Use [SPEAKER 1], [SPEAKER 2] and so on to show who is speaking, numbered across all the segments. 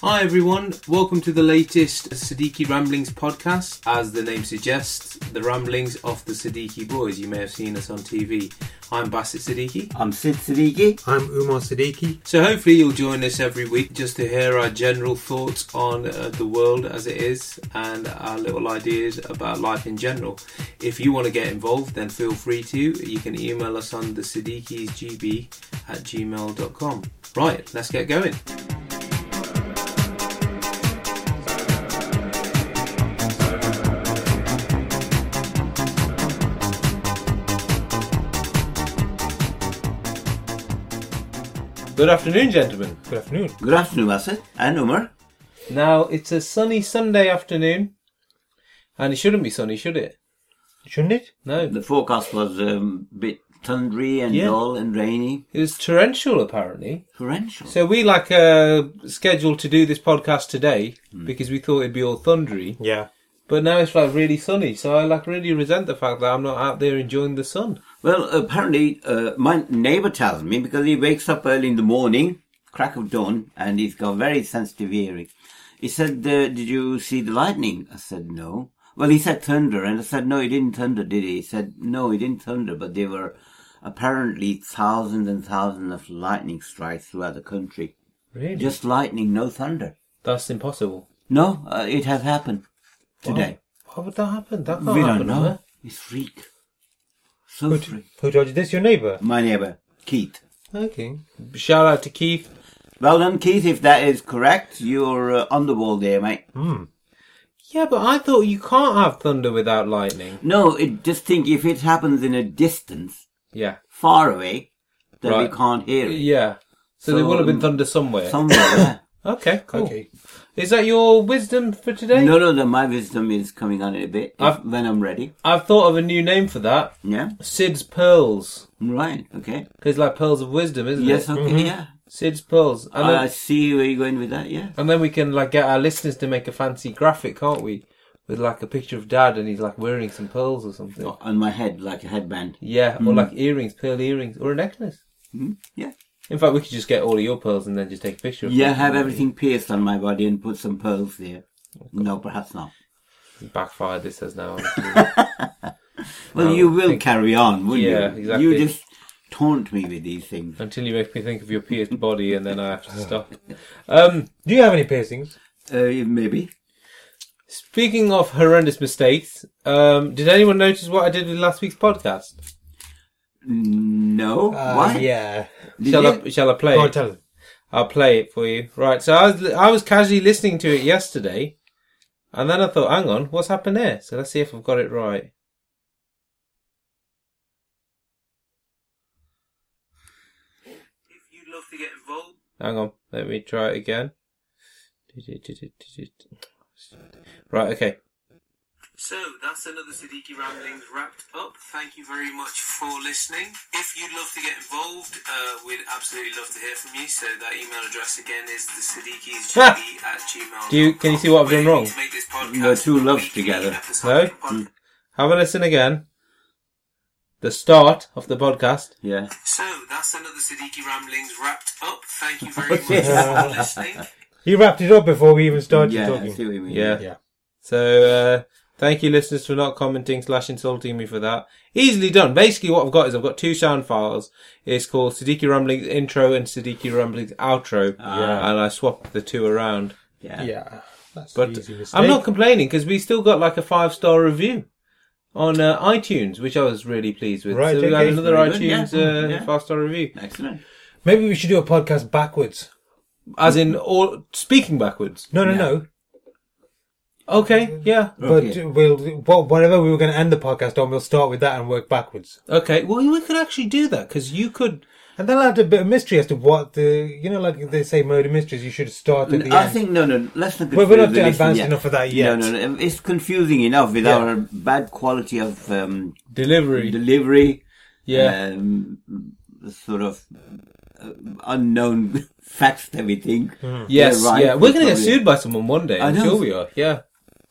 [SPEAKER 1] Hi everyone, welcome to the latest Siddiqui Ramblings podcast. As the name suggests, the ramblings of the Siddiqui boys. You may have seen us on TV. I'm Bassett Siddiqui.
[SPEAKER 2] I'm Sid Siddiqui.
[SPEAKER 3] I'm Umar Siddiqui.
[SPEAKER 1] So hopefully you'll join us every week just to hear our general thoughts on uh, the world as it is and our little ideas about life in general. If you want to get involved, then feel free to. You can email us on the gb at gmail.com. Right, let's get going.
[SPEAKER 4] Good afternoon, gentlemen.
[SPEAKER 3] Good afternoon.
[SPEAKER 2] Good afternoon, Bassett. And Umar.
[SPEAKER 1] Now it's a sunny Sunday afternoon, and it shouldn't be sunny, should it?
[SPEAKER 4] Shouldn't it?
[SPEAKER 1] No,
[SPEAKER 2] The forecast was a um, bit thundery and
[SPEAKER 1] Yeah.
[SPEAKER 2] dull and rainy.
[SPEAKER 1] it was torrential apparently.
[SPEAKER 2] Torrential.
[SPEAKER 1] So we like uh, scheduled to do this podcast today because we thought it'd be all thundery,
[SPEAKER 4] Hmm. Yeah.
[SPEAKER 1] but now it's like really sunny. So I like really resent the fact that I'm not out there enjoying the sun.
[SPEAKER 2] Well, apparently, uh, my neighbour tells me because he wakes up early in the morning, crack of dawn, and he's got very sensitive hearing. He said, uh, Did you see the lightning? I said, No. Well, he said thunder, and I said, No, it didn't thunder, did he? He said, No, it didn't thunder, but there were apparently thousands and thousands of lightning strikes throughout the country.
[SPEAKER 1] Really,
[SPEAKER 2] Just lightning, no thunder.
[SPEAKER 1] that's impossible.
[SPEAKER 2] No, uh, it has happened today.
[SPEAKER 1] Why would that happen? That can't
[SPEAKER 2] We
[SPEAKER 1] happen.
[SPEAKER 2] don't know.
[SPEAKER 1] Huh?
[SPEAKER 2] It's freak. So
[SPEAKER 4] Who,
[SPEAKER 2] freak.
[SPEAKER 4] who told you this? Your neighbour?
[SPEAKER 2] My neighbour, Keith.
[SPEAKER 1] Okay. Shout out to Keith.
[SPEAKER 2] Well done, Keith. If that is correct, you're uh, on the ball there, mate.
[SPEAKER 1] Yeah, but I thought you can't have thunder without lightning.
[SPEAKER 2] No, it, just think if it happens in a distance,
[SPEAKER 1] Yeah.
[SPEAKER 2] far away, then
[SPEAKER 1] Right.
[SPEAKER 2] we can't hear it.
[SPEAKER 1] Yeah. So, there
[SPEAKER 2] So,
[SPEAKER 1] will have been
[SPEAKER 2] um,
[SPEAKER 1] thunder somewhere.
[SPEAKER 2] Somewhere. yeah.
[SPEAKER 1] Okay, cool.
[SPEAKER 4] Okay.
[SPEAKER 1] Is that your wisdom for today?
[SPEAKER 2] No, no, no. My wisdom is coming on in a bit if-
[SPEAKER 1] I've-
[SPEAKER 2] when I'm ready.
[SPEAKER 1] I've thought of a new name for that.
[SPEAKER 2] Yeah.
[SPEAKER 1] Sid's Pearls.
[SPEAKER 2] Right. Okay.
[SPEAKER 1] 'Cause like pearls of wisdom, isn't
[SPEAKER 2] Yes.
[SPEAKER 1] it? Mm-hmm.
[SPEAKER 2] Okay. Yeah.
[SPEAKER 1] Sid's Pearls. And,
[SPEAKER 2] I
[SPEAKER 1] then,
[SPEAKER 2] see where you're going with that. Yeah.
[SPEAKER 1] and then we can like get our listeners to make a fancy graphic, can't we? With like a picture of dad and he's like wearing some pearls or something.
[SPEAKER 2] On my head, like a headband. Mm-hmm.
[SPEAKER 1] Yeah,
[SPEAKER 2] Mm.
[SPEAKER 1] or like earrings, pearl earrings, or a necklace.
[SPEAKER 2] Yeah.
[SPEAKER 1] In fact, we could just get all of your pearls and then just take a picture of
[SPEAKER 2] Yeah,
[SPEAKER 1] them.
[SPEAKER 2] have everything pierced on my body and put some pearls there. No, perhaps not.
[SPEAKER 1] Backfire this has now. honestly.
[SPEAKER 2] Well,
[SPEAKER 1] No,
[SPEAKER 2] you
[SPEAKER 1] I
[SPEAKER 2] will
[SPEAKER 1] think-
[SPEAKER 2] carry on, wouldn't
[SPEAKER 1] Yeah,
[SPEAKER 2] you?
[SPEAKER 1] exactly.
[SPEAKER 2] You just taunt me with these things.
[SPEAKER 1] Until you make me think of your pierced body and then I have to stop. Um,
[SPEAKER 4] Do you have any piercings?
[SPEAKER 2] Uh, maybe.
[SPEAKER 1] Speaking of horrendous mistakes, um, did anyone notice what I did with last week's podcast?
[SPEAKER 2] No. Why?
[SPEAKER 4] Uh, Yeah.
[SPEAKER 2] Did
[SPEAKER 1] Shall
[SPEAKER 2] you?
[SPEAKER 1] I, shall I play
[SPEAKER 4] Go on,
[SPEAKER 1] it?
[SPEAKER 4] tell them.
[SPEAKER 1] I'll play it for you. Right, so I was, I was casually listening to it yesterday, and then I thought, hang on, what's happened there? So let's see if I've got it right. If you'd love to get involved. Hang on, let me try it again. Right, okay. So that's another Siddiqui Ramblings wrapped up. Thank you very much for listening. If you'd love to get involved, uh, we'd absolutely love to hear from you. So that email address again is the Siddiquisgb at gmail.
[SPEAKER 3] Do you- can you see what I've done wrong?
[SPEAKER 2] There are two loves together.
[SPEAKER 1] No? Have a listen again. The start of the podcast.
[SPEAKER 2] Yeah.
[SPEAKER 1] So that's another Siddiqui Ramblings wrapped up. Thank you
[SPEAKER 2] very much for
[SPEAKER 1] listening.
[SPEAKER 4] He wrapped it up before we even started
[SPEAKER 2] yeah, I see
[SPEAKER 4] talking.
[SPEAKER 2] what you mean.
[SPEAKER 1] Yeah.
[SPEAKER 4] Yeah.
[SPEAKER 1] So uh, thank you, listeners, for not commenting slash insulting me for that. Easily done. Basically, what I've got is I've got two sound files. It's called Siddiqui Ramblings intro and Siddiqui Ramblings outro,
[SPEAKER 2] Ah.
[SPEAKER 1] and I swap the two around.
[SPEAKER 2] Yeah.
[SPEAKER 4] Yeah. That's
[SPEAKER 1] But
[SPEAKER 4] an easy mistake.
[SPEAKER 1] I'm not complaining because we still got like a five star review on uh, iTunes, which I was really pleased with.
[SPEAKER 4] Right,
[SPEAKER 1] so we
[SPEAKER 4] okay.
[SPEAKER 1] had another
[SPEAKER 2] Very good,
[SPEAKER 1] iTunes
[SPEAKER 2] yeah.
[SPEAKER 1] uh,
[SPEAKER 2] Yeah.
[SPEAKER 1] five star review,
[SPEAKER 2] Excellent.
[SPEAKER 4] Maybe we should do a podcast backwards.
[SPEAKER 1] as in all speaking backwards.
[SPEAKER 4] No, no,
[SPEAKER 2] Yeah.
[SPEAKER 4] no.
[SPEAKER 1] Okay, yeah,
[SPEAKER 4] But
[SPEAKER 2] Okay.
[SPEAKER 4] we'll wha- whatever we were going to end the podcast on, we'll start with that and work backwards.
[SPEAKER 1] okay. Well, we could actually do that because you could.
[SPEAKER 4] And then I'll have a bit of mystery as to what the you know, like they say, murder mysteries. You should start at the
[SPEAKER 2] I
[SPEAKER 4] end.
[SPEAKER 2] think no, no. Let's not.
[SPEAKER 4] Well, we're
[SPEAKER 2] confuse
[SPEAKER 4] not
[SPEAKER 2] the
[SPEAKER 4] advanced
[SPEAKER 2] listener yet.
[SPEAKER 4] enough for that yet.
[SPEAKER 2] No, no, no. It's confusing enough with
[SPEAKER 4] Yeah.
[SPEAKER 2] our bad quality of um,
[SPEAKER 1] Delivery.
[SPEAKER 2] delivery.
[SPEAKER 1] Yeah.
[SPEAKER 2] Um, sort of uh, unknown facts that we think.
[SPEAKER 1] yes.
[SPEAKER 2] They're right,
[SPEAKER 1] yeah. We're
[SPEAKER 2] we're
[SPEAKER 1] going to get
[SPEAKER 2] probably-
[SPEAKER 1] sued by someone one day.
[SPEAKER 2] I
[SPEAKER 1] I'm
[SPEAKER 2] know.
[SPEAKER 1] sure we are. Yeah.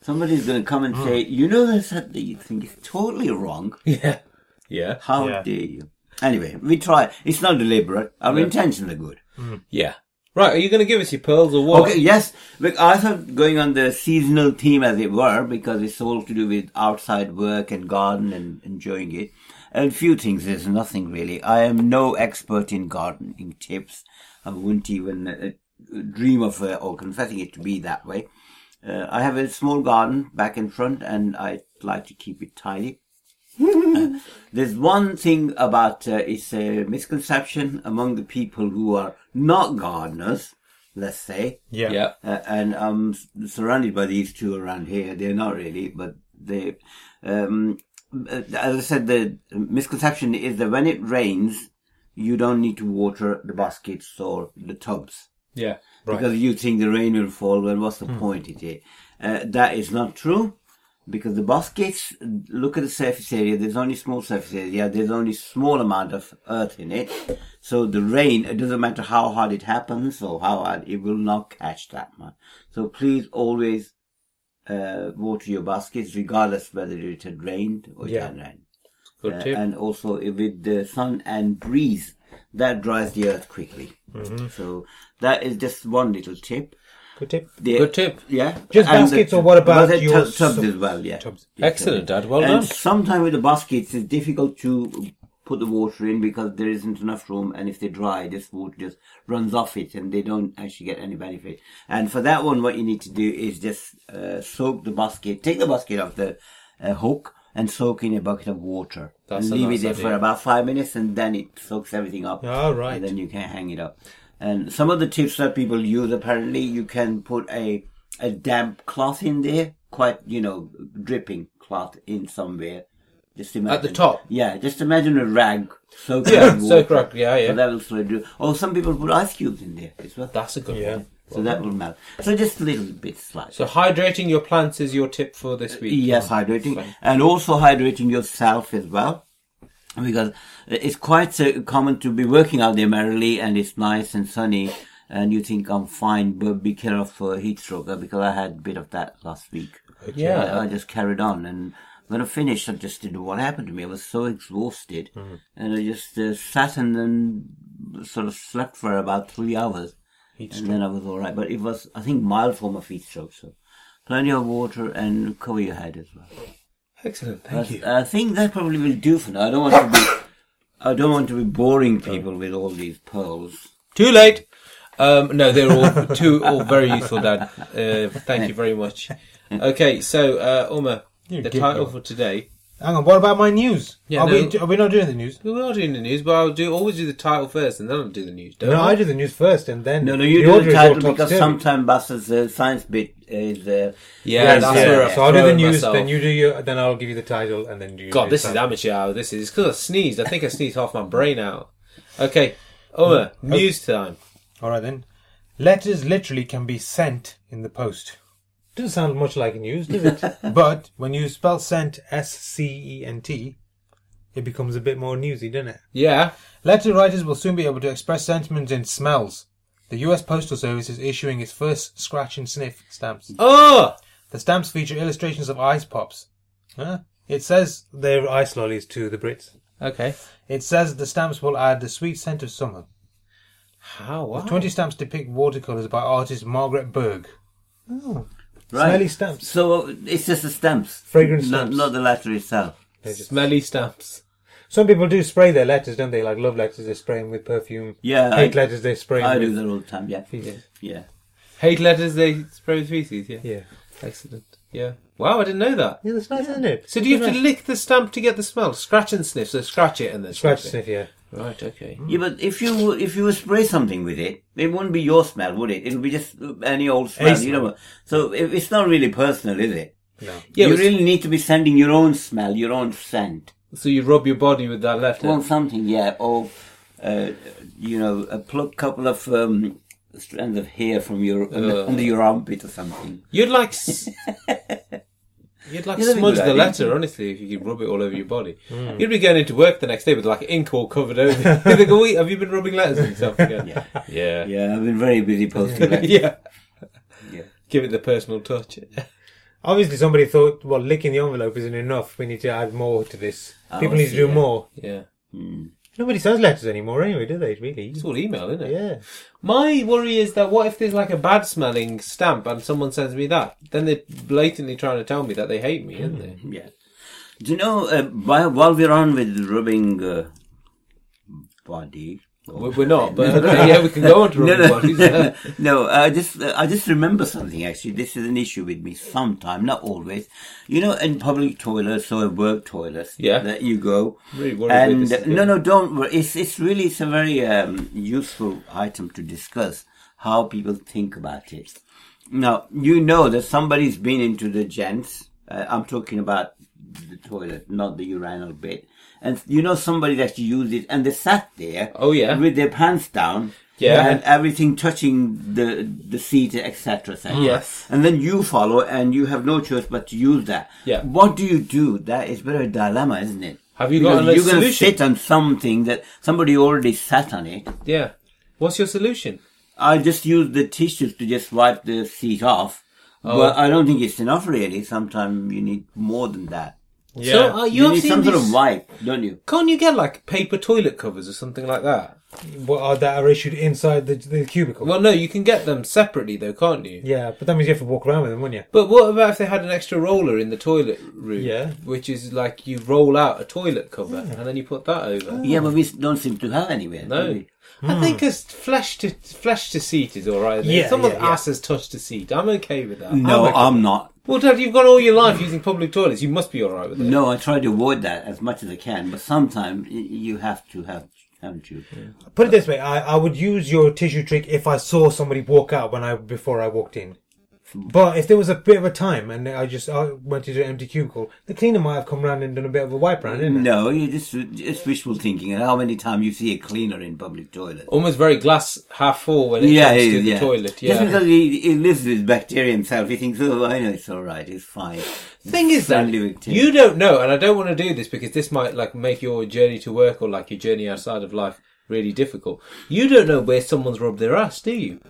[SPEAKER 2] Somebody's going to come and say, "You know this that you think is totally wrong.
[SPEAKER 1] Yeah. Yeah.
[SPEAKER 2] How
[SPEAKER 4] Yeah.
[SPEAKER 2] dare you?" Anyway, we try. It's not deliberate. Our intentions are good.
[SPEAKER 1] Yeah. Right, are you going to give us your pearls or what?
[SPEAKER 2] Okay, yes. Look, I thought going on the seasonal theme, as it were, because it's all to do with outside work and garden and enjoying it. And few things, there's nothing really. I am no expert in gardening tips. I wouldn't even uh, dream of uh, or confessing it to be that way. Uh, I have a small garden back and front, and I like to keep it tidy. Uh, There's one thing about uh, it's a misconception among the people who are not gardeners, let's say,
[SPEAKER 5] Yeah.
[SPEAKER 1] Yeah.
[SPEAKER 2] uh, and I'm s- surrounded by these two around here. They're not really, but they, um, uh, as I said, the misconception is that when it rains, you don't need to water the baskets or the tubs
[SPEAKER 1] Yeah.
[SPEAKER 2] because you think the rain will fall. Well, what's the point? It is uh, that is not true because the baskets look at the surface area. There's only small surface area. There's only small amount of earth in it, so the rain. It doesn't matter how hard it happens or how hard it will not catch that much. So please always uh, water your baskets, regardless whether it had rained or it
[SPEAKER 5] Yeah.
[SPEAKER 2] had rained.
[SPEAKER 1] Good
[SPEAKER 2] Uh,
[SPEAKER 1] tip.
[SPEAKER 2] and also uh, with the sun and breeze that dries the earth quickly
[SPEAKER 1] Mm-hmm.
[SPEAKER 2] so that is just one little tip
[SPEAKER 5] Good tip.
[SPEAKER 2] The-
[SPEAKER 1] Good tip.
[SPEAKER 2] yeah
[SPEAKER 5] Just
[SPEAKER 2] and
[SPEAKER 5] baskets or what about
[SPEAKER 2] the
[SPEAKER 5] your
[SPEAKER 2] tub- tubs
[SPEAKER 5] sub-
[SPEAKER 2] as well yeah
[SPEAKER 5] tubs?
[SPEAKER 2] Yeah,
[SPEAKER 1] Excellent,
[SPEAKER 2] tubs.
[SPEAKER 1] Dad. Well
[SPEAKER 2] and
[SPEAKER 1] done.
[SPEAKER 2] sometimes with the baskets it's difficult to put the water in because there isn't enough room and if they dry this water just runs off it and they don't actually get any benefit and for that one what you need to do is just uh, soak the basket take the basket off the uh, hook and soak in a bucket of water
[SPEAKER 1] That's
[SPEAKER 2] and
[SPEAKER 1] a
[SPEAKER 2] leave
[SPEAKER 1] nice
[SPEAKER 2] it there for
[SPEAKER 1] idea.
[SPEAKER 2] about five minutes and then it soaks everything up
[SPEAKER 5] All right.
[SPEAKER 2] and then you can hang it up and some of the tips that people use apparently you can put a a damp cloth in there quite you know dripping cloth in somewhere just imagine
[SPEAKER 1] top?
[SPEAKER 2] yeah just imagine a rag soaked
[SPEAKER 1] Yeah,
[SPEAKER 2] in
[SPEAKER 1] soaked
[SPEAKER 2] water.
[SPEAKER 1] rag, yeah, yeah.
[SPEAKER 2] so that will slowly do or some people put ice cubes in there as well
[SPEAKER 1] That's a good one.
[SPEAKER 2] so that will melt so just a little bit slight
[SPEAKER 1] So hydrating your plants is your tip for this week.
[SPEAKER 2] Yes, hydrating and also hydrating yourself as well, because it's quite uh, common to be working out there merrily and it's nice and sunny, and you think I'm fine, but be careful for heat stroke uh, because I had a bit of that last week.
[SPEAKER 1] Yeah.
[SPEAKER 2] I, I just carried on and. When I finished, I just didn't know what happened to me. I was so exhausted, and I just uh, sat and then sort of slept for about three hours, and then I was all right. But it was, I think, mild form of heat stroke. So, plenty of water and cover your head as well.
[SPEAKER 1] Excellent.
[SPEAKER 2] That's- I think that probably will do for now. I don't want to be, I don't want to be boring people with all these pearls.
[SPEAKER 1] Too late. Um, no, they're all two all very useful, Dad. Uh, thank you very much. Okay, so uh, Uma,
[SPEAKER 5] You
[SPEAKER 1] the
[SPEAKER 5] get
[SPEAKER 1] title
[SPEAKER 5] your-
[SPEAKER 1] for today.
[SPEAKER 5] Hang on. What about my news?
[SPEAKER 1] Yeah,
[SPEAKER 5] are,
[SPEAKER 1] no.
[SPEAKER 5] we, are we not doing the news?
[SPEAKER 1] We are doing the news, but I'll do always do the title first, and then I'll do the news. Don't
[SPEAKER 5] No,
[SPEAKER 1] I?
[SPEAKER 5] I do the news first, and then
[SPEAKER 2] No, no, you
[SPEAKER 5] the
[SPEAKER 2] do
[SPEAKER 5] order
[SPEAKER 2] the
[SPEAKER 5] is all
[SPEAKER 2] title because
[SPEAKER 5] topsy-turvy.
[SPEAKER 2] sometimes Buster's uh, science bit is. Uh,
[SPEAKER 1] Yeah,
[SPEAKER 2] Yes,
[SPEAKER 1] that's
[SPEAKER 2] yeah.
[SPEAKER 1] where I
[SPEAKER 5] So I'll do the
[SPEAKER 1] throw
[SPEAKER 5] news,
[SPEAKER 1] myself.
[SPEAKER 5] then you do your, then I'll give you the title, and then you.
[SPEAKER 1] God,
[SPEAKER 5] do
[SPEAKER 1] this is
[SPEAKER 5] some-
[SPEAKER 1] amateur hour. This is because I sneezed. I think I sneezed half my brain out. Okay, Uma, news time.
[SPEAKER 5] All right then. Letters literally can be sent in the post,
[SPEAKER 4] Doesn't sound much like news, does it?
[SPEAKER 5] but when you spell sent S C E N T, it becomes a bit more newsy, doesn't it?
[SPEAKER 1] Yeah,
[SPEAKER 5] Letter writers will soon be able to express sentiments in smells. The U.S. Postal Service is issuing its first scratch and sniff stamps.
[SPEAKER 1] Oh,
[SPEAKER 5] The stamps feature illustrations of ice pops. Huh? It says
[SPEAKER 4] They're ice lollies to the Brits.
[SPEAKER 1] okay.
[SPEAKER 5] it says the stamps will add the sweet scent of summer.
[SPEAKER 1] How?
[SPEAKER 5] The
[SPEAKER 1] Wow.
[SPEAKER 5] Twenty stamps depict watercolors by artist Margaret Berg.
[SPEAKER 4] Smelly stamps.
[SPEAKER 2] So uh, it's just the stamps.
[SPEAKER 4] Fragrance
[SPEAKER 2] Not-
[SPEAKER 4] stamps.
[SPEAKER 2] Not the letter itself.
[SPEAKER 1] smelly stamps.
[SPEAKER 4] Some people do spray their letters, don't they? Like love letters, they spray them with perfume.
[SPEAKER 2] Yeah,
[SPEAKER 4] Hate
[SPEAKER 2] I-
[SPEAKER 4] letters, they spray
[SPEAKER 2] I
[SPEAKER 4] them
[SPEAKER 2] do
[SPEAKER 4] with
[SPEAKER 2] that all the time, yeah.
[SPEAKER 4] feces.
[SPEAKER 2] Yeah.
[SPEAKER 1] Hate letters. They spray with feces. Yeah.
[SPEAKER 4] Yeah.
[SPEAKER 1] Excellent. Yeah. Wow, I didn't know that.
[SPEAKER 4] Yeah, that's nice, isn't it?
[SPEAKER 1] So do you have to lick the stamp to get the smell? Scratch and sniff. So scratch it and then
[SPEAKER 4] Scratch
[SPEAKER 1] sniff
[SPEAKER 4] sniff, yeah.
[SPEAKER 1] it. Right. Okay.
[SPEAKER 2] Yeah, but if you if you spray something with it, it wouldn't be your smell, would it? It'll be just any old smell, you know. So it- it's not really personal, is it?
[SPEAKER 1] Yeah.
[SPEAKER 2] you
[SPEAKER 1] but
[SPEAKER 2] really need to be sending your own smell, your own scent.
[SPEAKER 1] So you rub your body with that left
[SPEAKER 2] Well,
[SPEAKER 1] hand.
[SPEAKER 2] something, yeah, or uh, you know, a pluck couple of um, strands of hair from your under,
[SPEAKER 1] Ugh.
[SPEAKER 2] under your armpit or something.
[SPEAKER 1] You'd like. s- You'd like
[SPEAKER 2] Yeah, that'd be
[SPEAKER 1] smudge
[SPEAKER 2] good Hmm.
[SPEAKER 1] the
[SPEAKER 2] idea.
[SPEAKER 1] letter, honestly, if you could rub it all over your body. You'd be going into work the next day with like ink all covered over. You'd think, oh, wait, have you been rubbing letters on yourself again?
[SPEAKER 2] Yeah.
[SPEAKER 1] Yeah. Yeah.
[SPEAKER 2] Yeah, I've been very busy posting. that. Yeah.
[SPEAKER 1] Give it the personal touch.
[SPEAKER 4] Obviously, somebody thought, well, licking the envelope isn't enough. We need to add more to this.
[SPEAKER 2] Oh,
[SPEAKER 4] people
[SPEAKER 2] I
[SPEAKER 4] need to
[SPEAKER 2] see,
[SPEAKER 4] do
[SPEAKER 2] yeah.
[SPEAKER 4] more.
[SPEAKER 1] yeah.
[SPEAKER 4] Nobody sends letters anymore, anyway, do they? Really?
[SPEAKER 1] It's all email, isn't it?
[SPEAKER 4] Yeah.
[SPEAKER 1] My worry is that what if there's like a bad smelling stamp and someone sends me that? Then they're blatantly trying to tell me that they hate me, isn't they?
[SPEAKER 2] Yeah. Do you know, uh, by, while we're on with rubbing uh, body.
[SPEAKER 1] We're we're not, but okay, yeah, we can go on to
[SPEAKER 2] No,
[SPEAKER 1] rubber
[SPEAKER 2] no,
[SPEAKER 1] bodies.
[SPEAKER 2] no, no. I just, I just remember something. Actually, this is an issue with me. Sometime, not always. You know, in public toilets or work toilets,
[SPEAKER 1] Yeah.
[SPEAKER 2] that you go.
[SPEAKER 1] Really worried where
[SPEAKER 2] and
[SPEAKER 1] this is
[SPEAKER 2] no,
[SPEAKER 1] going.
[SPEAKER 2] no, don't. worry. It's, it's really, it's a very um, useful item to discuss how people think about it. Now, you know that somebody's been into the gents. Uh, I'm talking about the toilet, not the urinal bit. And you know somebody that you used it, and they sat there.
[SPEAKER 1] Oh, yeah.
[SPEAKER 2] with their pants down.
[SPEAKER 1] Yeah.
[SPEAKER 2] and everything touching the the seat, etc. etc.
[SPEAKER 1] Yes.
[SPEAKER 2] and then you follow, and you have no choice but to use that.
[SPEAKER 1] Yeah.
[SPEAKER 2] what do you do? That is very dilemma, isn't it?
[SPEAKER 1] Have you
[SPEAKER 2] Because
[SPEAKER 1] got a
[SPEAKER 2] you're going to
[SPEAKER 1] solution?
[SPEAKER 2] sit on something that somebody already sat on it.
[SPEAKER 1] Yeah. What's your solution?
[SPEAKER 2] I just use the tissues to just wipe the seat off.
[SPEAKER 1] Oh.
[SPEAKER 2] But I don't think it's enough, really. Sometimes you need more than that.
[SPEAKER 1] Yeah. So uh, you,
[SPEAKER 2] You,
[SPEAKER 1] have
[SPEAKER 2] need
[SPEAKER 1] seen
[SPEAKER 2] some sort
[SPEAKER 1] this-
[SPEAKER 2] of wipe, don't you?
[SPEAKER 1] Can't you get like paper toilet covers or something like that?
[SPEAKER 4] What are that are issued inside the, the cubicle?
[SPEAKER 1] Well, no, you can get them separately though, can't you?
[SPEAKER 4] yeah, but that means you have to walk around with them, wouldn't you?
[SPEAKER 1] But what about if they had an extra roller in the toilet room?
[SPEAKER 4] Yeah.
[SPEAKER 1] Which is like you roll out a toilet cover and then you put that
[SPEAKER 4] Oh.
[SPEAKER 1] over.
[SPEAKER 2] Yeah, but we don't seem to have anywhere. do
[SPEAKER 1] No.
[SPEAKER 2] we?
[SPEAKER 1] I think a flesh to flesh to seat is all right.
[SPEAKER 4] Hmm. Yeah,
[SPEAKER 1] Yeah, Someone's
[SPEAKER 4] yeah, Mm. yeah.
[SPEAKER 1] ass has touched a seat. I'm okay with that.
[SPEAKER 2] No, I'm not.
[SPEAKER 1] Well, Dad, you've gone all your life using public toilets. You must be all right with
[SPEAKER 4] Mm.
[SPEAKER 1] it.
[SPEAKER 2] No, I try to avoid that as much as I can, but sometimes y- you have to have, haven't you?
[SPEAKER 4] Put it this way: I, I would use your tissue trick if I saw somebody walk out when I before I walked in. But if there was a bit of a time and I just I went into an empty cubicle, the cleaner might have come round and done a bit of a wipe round, didn't it?
[SPEAKER 2] No, you just it's wishful thinking. And how many times you see a cleaner in public toilet?
[SPEAKER 1] Almost very glass half full when it
[SPEAKER 2] yeah,
[SPEAKER 1] comes
[SPEAKER 2] it
[SPEAKER 1] Oh, to
[SPEAKER 2] is,
[SPEAKER 1] the
[SPEAKER 2] yeah.
[SPEAKER 1] toilet.
[SPEAKER 2] Just
[SPEAKER 1] Yeah.
[SPEAKER 2] because he, he lives with bacteria himself, he thinks, oh, I know it's all right, it's fine.
[SPEAKER 1] thing is that
[SPEAKER 2] friendly with tea.
[SPEAKER 1] you don't know, and I don't want to do this because this might like make your journey to work or like your journey outside of life really difficult. You don't know where someone's rubbed their ass, do you?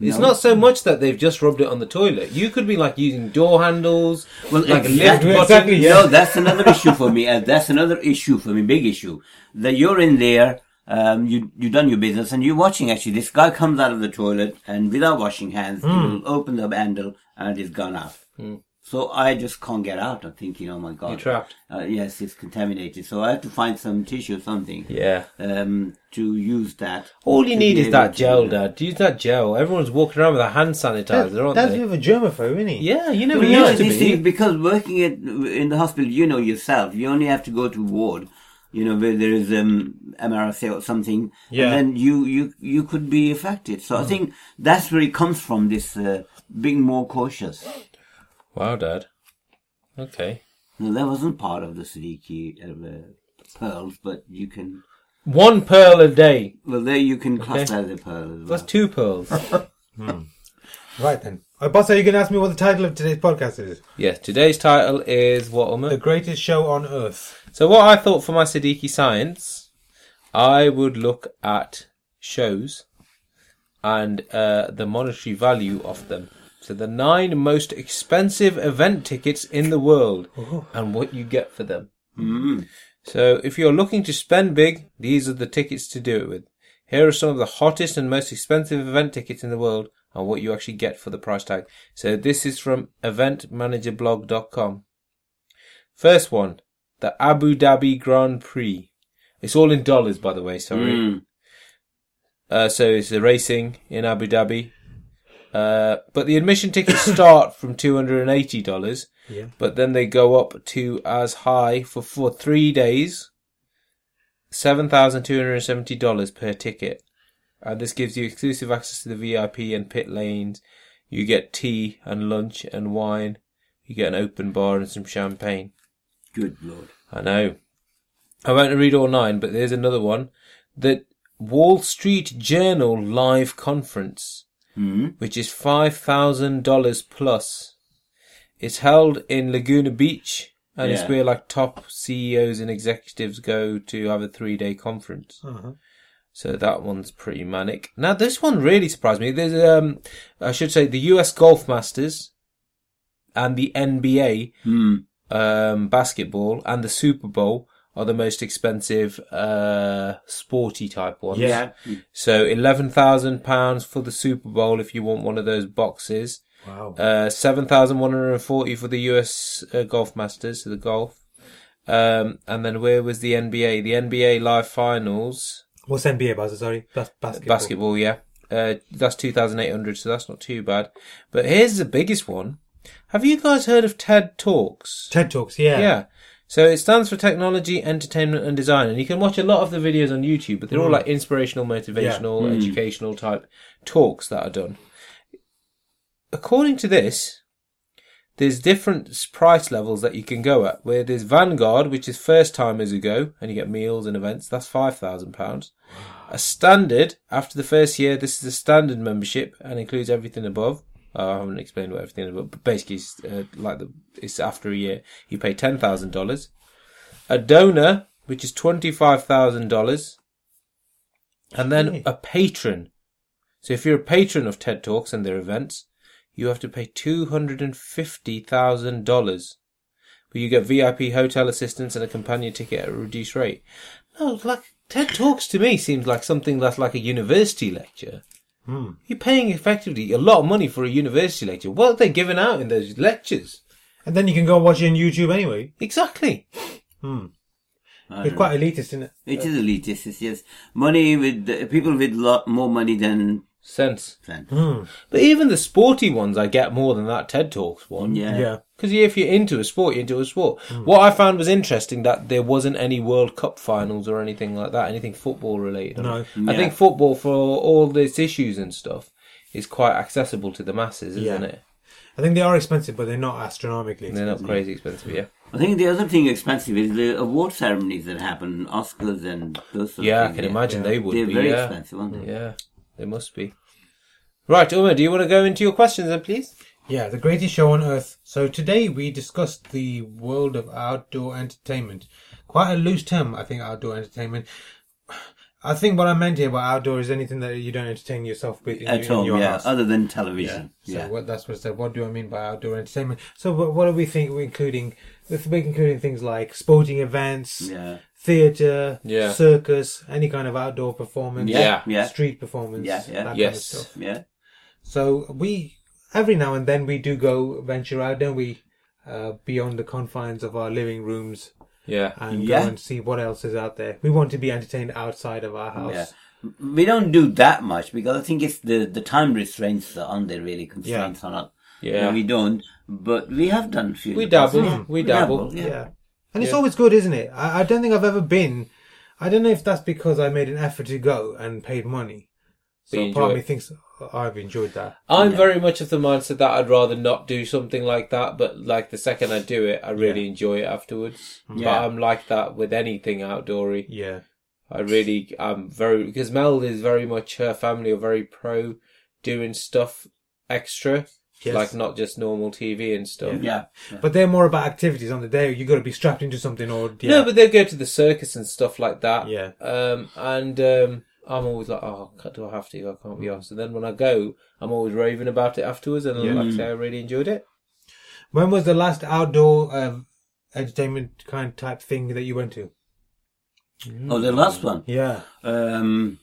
[SPEAKER 1] It's
[SPEAKER 2] No.
[SPEAKER 1] not so much that they've just rubbed it on the toilet. You could be like using door handles,
[SPEAKER 2] Well,
[SPEAKER 1] like
[SPEAKER 2] exactly-
[SPEAKER 1] lift
[SPEAKER 4] exactly,
[SPEAKER 1] buttons.
[SPEAKER 4] yeah.
[SPEAKER 2] No, that's another issue for me. Uh, that's another issue for me, big issue. That you're in there, um, you you done your business, and you're watching. Actually, this guy comes out of the toilet, and without washing hands,
[SPEAKER 1] Hmm.
[SPEAKER 2] he will open the handle, and it's gone out. So I just can't get out. I'm thinking, oh my god,
[SPEAKER 1] You're trapped.
[SPEAKER 2] Uh, yes, it's contaminated. So I have to find some tissue, or something,
[SPEAKER 1] Yeah.
[SPEAKER 2] um, to use that.
[SPEAKER 1] All you
[SPEAKER 2] to
[SPEAKER 1] need
[SPEAKER 2] be
[SPEAKER 1] is
[SPEAKER 2] able
[SPEAKER 1] that
[SPEAKER 2] to-
[SPEAKER 1] gel, Dad. Use that gel. Everyone's walking around with a hand sanitizer, aren't
[SPEAKER 4] Dad's a
[SPEAKER 1] they?
[SPEAKER 4] bit of a germaphobe, isn't he?
[SPEAKER 1] Yeah, you never
[SPEAKER 2] Well, you know,
[SPEAKER 1] used to
[SPEAKER 2] these
[SPEAKER 1] be.
[SPEAKER 2] things- because working at, in the hospital, you know yourself, you only have to go to ward, you know, where there is um, MRSA or something, and
[SPEAKER 4] Yeah.
[SPEAKER 2] then you, you, you could be affected. So
[SPEAKER 1] Hmm.
[SPEAKER 2] I think that's where it comes from, this uh, being more cautious.
[SPEAKER 1] Wow, Dad. Okay.
[SPEAKER 2] Now, that wasn't part of the Siddiqui uh, uh, pearls, but you can,
[SPEAKER 1] One pearl a day.
[SPEAKER 2] well, there you can class that as a pearl as well.
[SPEAKER 1] That's two pearls.
[SPEAKER 4] Right then. Uh, Boss, are you going to ask me what the title of today's podcast is?
[SPEAKER 1] yeah, today's title is what, Uma?
[SPEAKER 4] The greatest show on earth.
[SPEAKER 1] So what I thought for my Siddiqui science, I would look at shows and uh, the monetary value of them. So the nine most expensive event tickets in the world and what you get for them. So if you're looking to spend big, these are the tickets to do it with. Here are some of the hottest and most expensive event tickets in the world and what you actually get for the price tag. So this is from eventmanagerblog.com. First one, the Abu Dhabi Grand Prix. It's all in dollars, by the way, sorry.
[SPEAKER 2] Mm.
[SPEAKER 1] Uh, so it's the racing in Abu Dhabi. Uh, but the admission tickets start from two hundred and eighty dollars,
[SPEAKER 4] Yeah.
[SPEAKER 1] but then they go up to as high for for three days, seven thousand two hundred and seventy dollars per ticket, and this gives you exclusive access to the VIP and pit lanes. You get tea and lunch and wine. You get an open bar and some champagne.
[SPEAKER 2] Good lord.
[SPEAKER 1] I know. I won't read all nine, but there's another one. The Wall Street Journal live conference,
[SPEAKER 2] Mm.
[SPEAKER 1] which is five thousand dollars plus. It's held in Laguna Beach, and it's
[SPEAKER 2] Yeah.
[SPEAKER 1] where like top CEOs and executives go to have a three-day conference.
[SPEAKER 4] Uh-huh.
[SPEAKER 1] So that one's pretty manic. Now this one really surprised me. There's um, I should say the U.S. Golf Masters, and the NBA,
[SPEAKER 2] Mm.
[SPEAKER 1] um, basketball and the Super Bowl are the most expensive, uh, sporty type ones.
[SPEAKER 2] Yeah.
[SPEAKER 1] So eleven thousand pounds for the Super Bowl if you want one of those boxes.
[SPEAKER 4] Wow.
[SPEAKER 1] Uh, seven thousand one hundred and forty for the U.S. Uh, Golf Masters, so the golf. Um, and then where was the NBA? The NBA Live Finals
[SPEAKER 4] What's NBA buzzer? Sorry, Bas- basketball.
[SPEAKER 1] basketball, yeah. Uh, that's two thousand eight hundred, so that's not too bad. But here's the biggest one. Have you guys heard of TED Talks?
[SPEAKER 4] TED talks. Yeah.
[SPEAKER 1] Yeah. So it stands for technology, entertainment, and design, and you can watch a lot of the videos on YouTube. But they're all like inspirational, motivational, educational type talks that are done. According to this, there's different s- price levels that you can go at. Where there's Vanguard, which is first timers who go, and you get meals and events. That's five thousand pounds. A standard after the first year, this is a standard membership and includes everything above. Uh, I haven't explained what everything above, but basically, it's, uh, like the, it's after a year, you pay ten thousand dollars. A donor, which is twenty five thousand dollars, and then a patron. So if you're a patron of TED Talks and their events, you have to pay two hundred and fifty thousand dollars. But you get VIP hotel assistance and a companion ticket at a reduced rate. No, like TED Talks to me seems like something that's like a university lecture. You're paying effectively a lot of money for a university lecture. What are they giving out in those lectures?
[SPEAKER 4] And then you can go and watch it on YouTube anyway.
[SPEAKER 1] Exactly.
[SPEAKER 2] I
[SPEAKER 4] It's
[SPEAKER 2] don't
[SPEAKER 4] quite elitist, isn't it?
[SPEAKER 2] know. It is elitist. It's yes, money with the, people with lot more money than.
[SPEAKER 1] Sense.
[SPEAKER 2] than
[SPEAKER 1] But even the sporty ones, I get more than that TED Talks one.
[SPEAKER 2] yeah.
[SPEAKER 4] Yeah.
[SPEAKER 1] Because if you're into a sport, you're into a sport. What I found was interesting that there wasn't any World Cup finals or anything like that, anything football related.
[SPEAKER 4] No.
[SPEAKER 1] I think football, for all these issues and stuff, is quite accessible to the masses, isn't
[SPEAKER 4] Yeah.
[SPEAKER 1] it?
[SPEAKER 4] I think they are expensive, but they're not astronomically
[SPEAKER 1] They're
[SPEAKER 4] expensive.
[SPEAKER 1] not crazy expensive, yeah.
[SPEAKER 2] I think the other thing expensive is the award ceremonies that happen, Oscars and those. Sort
[SPEAKER 1] Yeah,
[SPEAKER 2] of
[SPEAKER 1] I
[SPEAKER 2] things,
[SPEAKER 1] can imagine
[SPEAKER 4] Yeah.
[SPEAKER 1] they would
[SPEAKER 2] They're
[SPEAKER 1] be.
[SPEAKER 2] very
[SPEAKER 1] yeah.
[SPEAKER 2] expensive, aren't they?
[SPEAKER 1] Yeah, they must be. Right, Uma, do you want to go into your questions then, please?
[SPEAKER 5] Yeah, the greatest show on earth. So today we discussed the world of outdoor entertainment. Quite a loose term, I think, outdoor entertainment.
[SPEAKER 4] I think what I meant here by outdoor is anything that you don't entertain yourself with in,
[SPEAKER 2] At
[SPEAKER 4] in
[SPEAKER 2] home,
[SPEAKER 4] your
[SPEAKER 2] yeah.
[SPEAKER 4] house.
[SPEAKER 2] Other than television,
[SPEAKER 5] So
[SPEAKER 2] yeah.
[SPEAKER 5] what, that's what I said. What do I mean by outdoor entertainment?
[SPEAKER 4] So what, what do we think we're including? We're including things like sporting events,
[SPEAKER 2] Yeah.
[SPEAKER 4] theatre,
[SPEAKER 1] Yeah.
[SPEAKER 4] circus, any kind of outdoor performance,
[SPEAKER 1] Yeah.
[SPEAKER 2] Yeah.
[SPEAKER 4] street performance,
[SPEAKER 2] Yeah, yeah.
[SPEAKER 4] that
[SPEAKER 1] Yes.
[SPEAKER 4] kind of stuff.
[SPEAKER 2] yeah.
[SPEAKER 4] So we, every now and then, we do go venture out, don't we? Uh, beyond the confines of our living rooms
[SPEAKER 1] Yeah.
[SPEAKER 4] and
[SPEAKER 2] Yeah.
[SPEAKER 4] go and see what else is out there. We want to be entertained outside of our house.
[SPEAKER 2] Yeah. We don't do that much because I think it's the, the time restraints that aren't there really constraints on us.
[SPEAKER 1] Yeah.
[SPEAKER 2] we don't, but we have done a few. Mm-hmm.
[SPEAKER 1] We dabble, we dabble.
[SPEAKER 2] yeah.
[SPEAKER 4] Yeah. And it's always good, isn't it? I, I don't think I've ever been. I don't know if that's because I made an effort to go and paid money.
[SPEAKER 1] But you
[SPEAKER 4] So part
[SPEAKER 1] enjoy
[SPEAKER 4] of me
[SPEAKER 1] it.
[SPEAKER 4] thinks "Oh, I've enjoyed that.
[SPEAKER 1] I'm very much of the mindset that I'd rather not do something like that, but like the second I do it, I really enjoy it afterwards. But
[SPEAKER 2] Yeah.
[SPEAKER 1] I'm like that with anything outdoory.
[SPEAKER 4] Yeah.
[SPEAKER 1] I really, I'm very, because Mel is very much, her family are very pro doing stuff extra,
[SPEAKER 4] Yes.
[SPEAKER 1] like not just normal TV and stuff.
[SPEAKER 2] Yeah.
[SPEAKER 4] But they're more about activities on the day. You've got to be strapped into something or. Yeah.
[SPEAKER 1] No, but they go to the circus and stuff like that.
[SPEAKER 4] Yeah.
[SPEAKER 1] Um, and um, I'm always like, oh, c- do I have to? I can't be asked. And then when I go, I'm always raving about it afterwards, and like I say, I really enjoyed it.
[SPEAKER 4] When was the last outdoor um, entertainment kind type thing that you went to?
[SPEAKER 1] Mm-hmm.
[SPEAKER 2] Oh, the last one.
[SPEAKER 4] Yeah.
[SPEAKER 2] Um,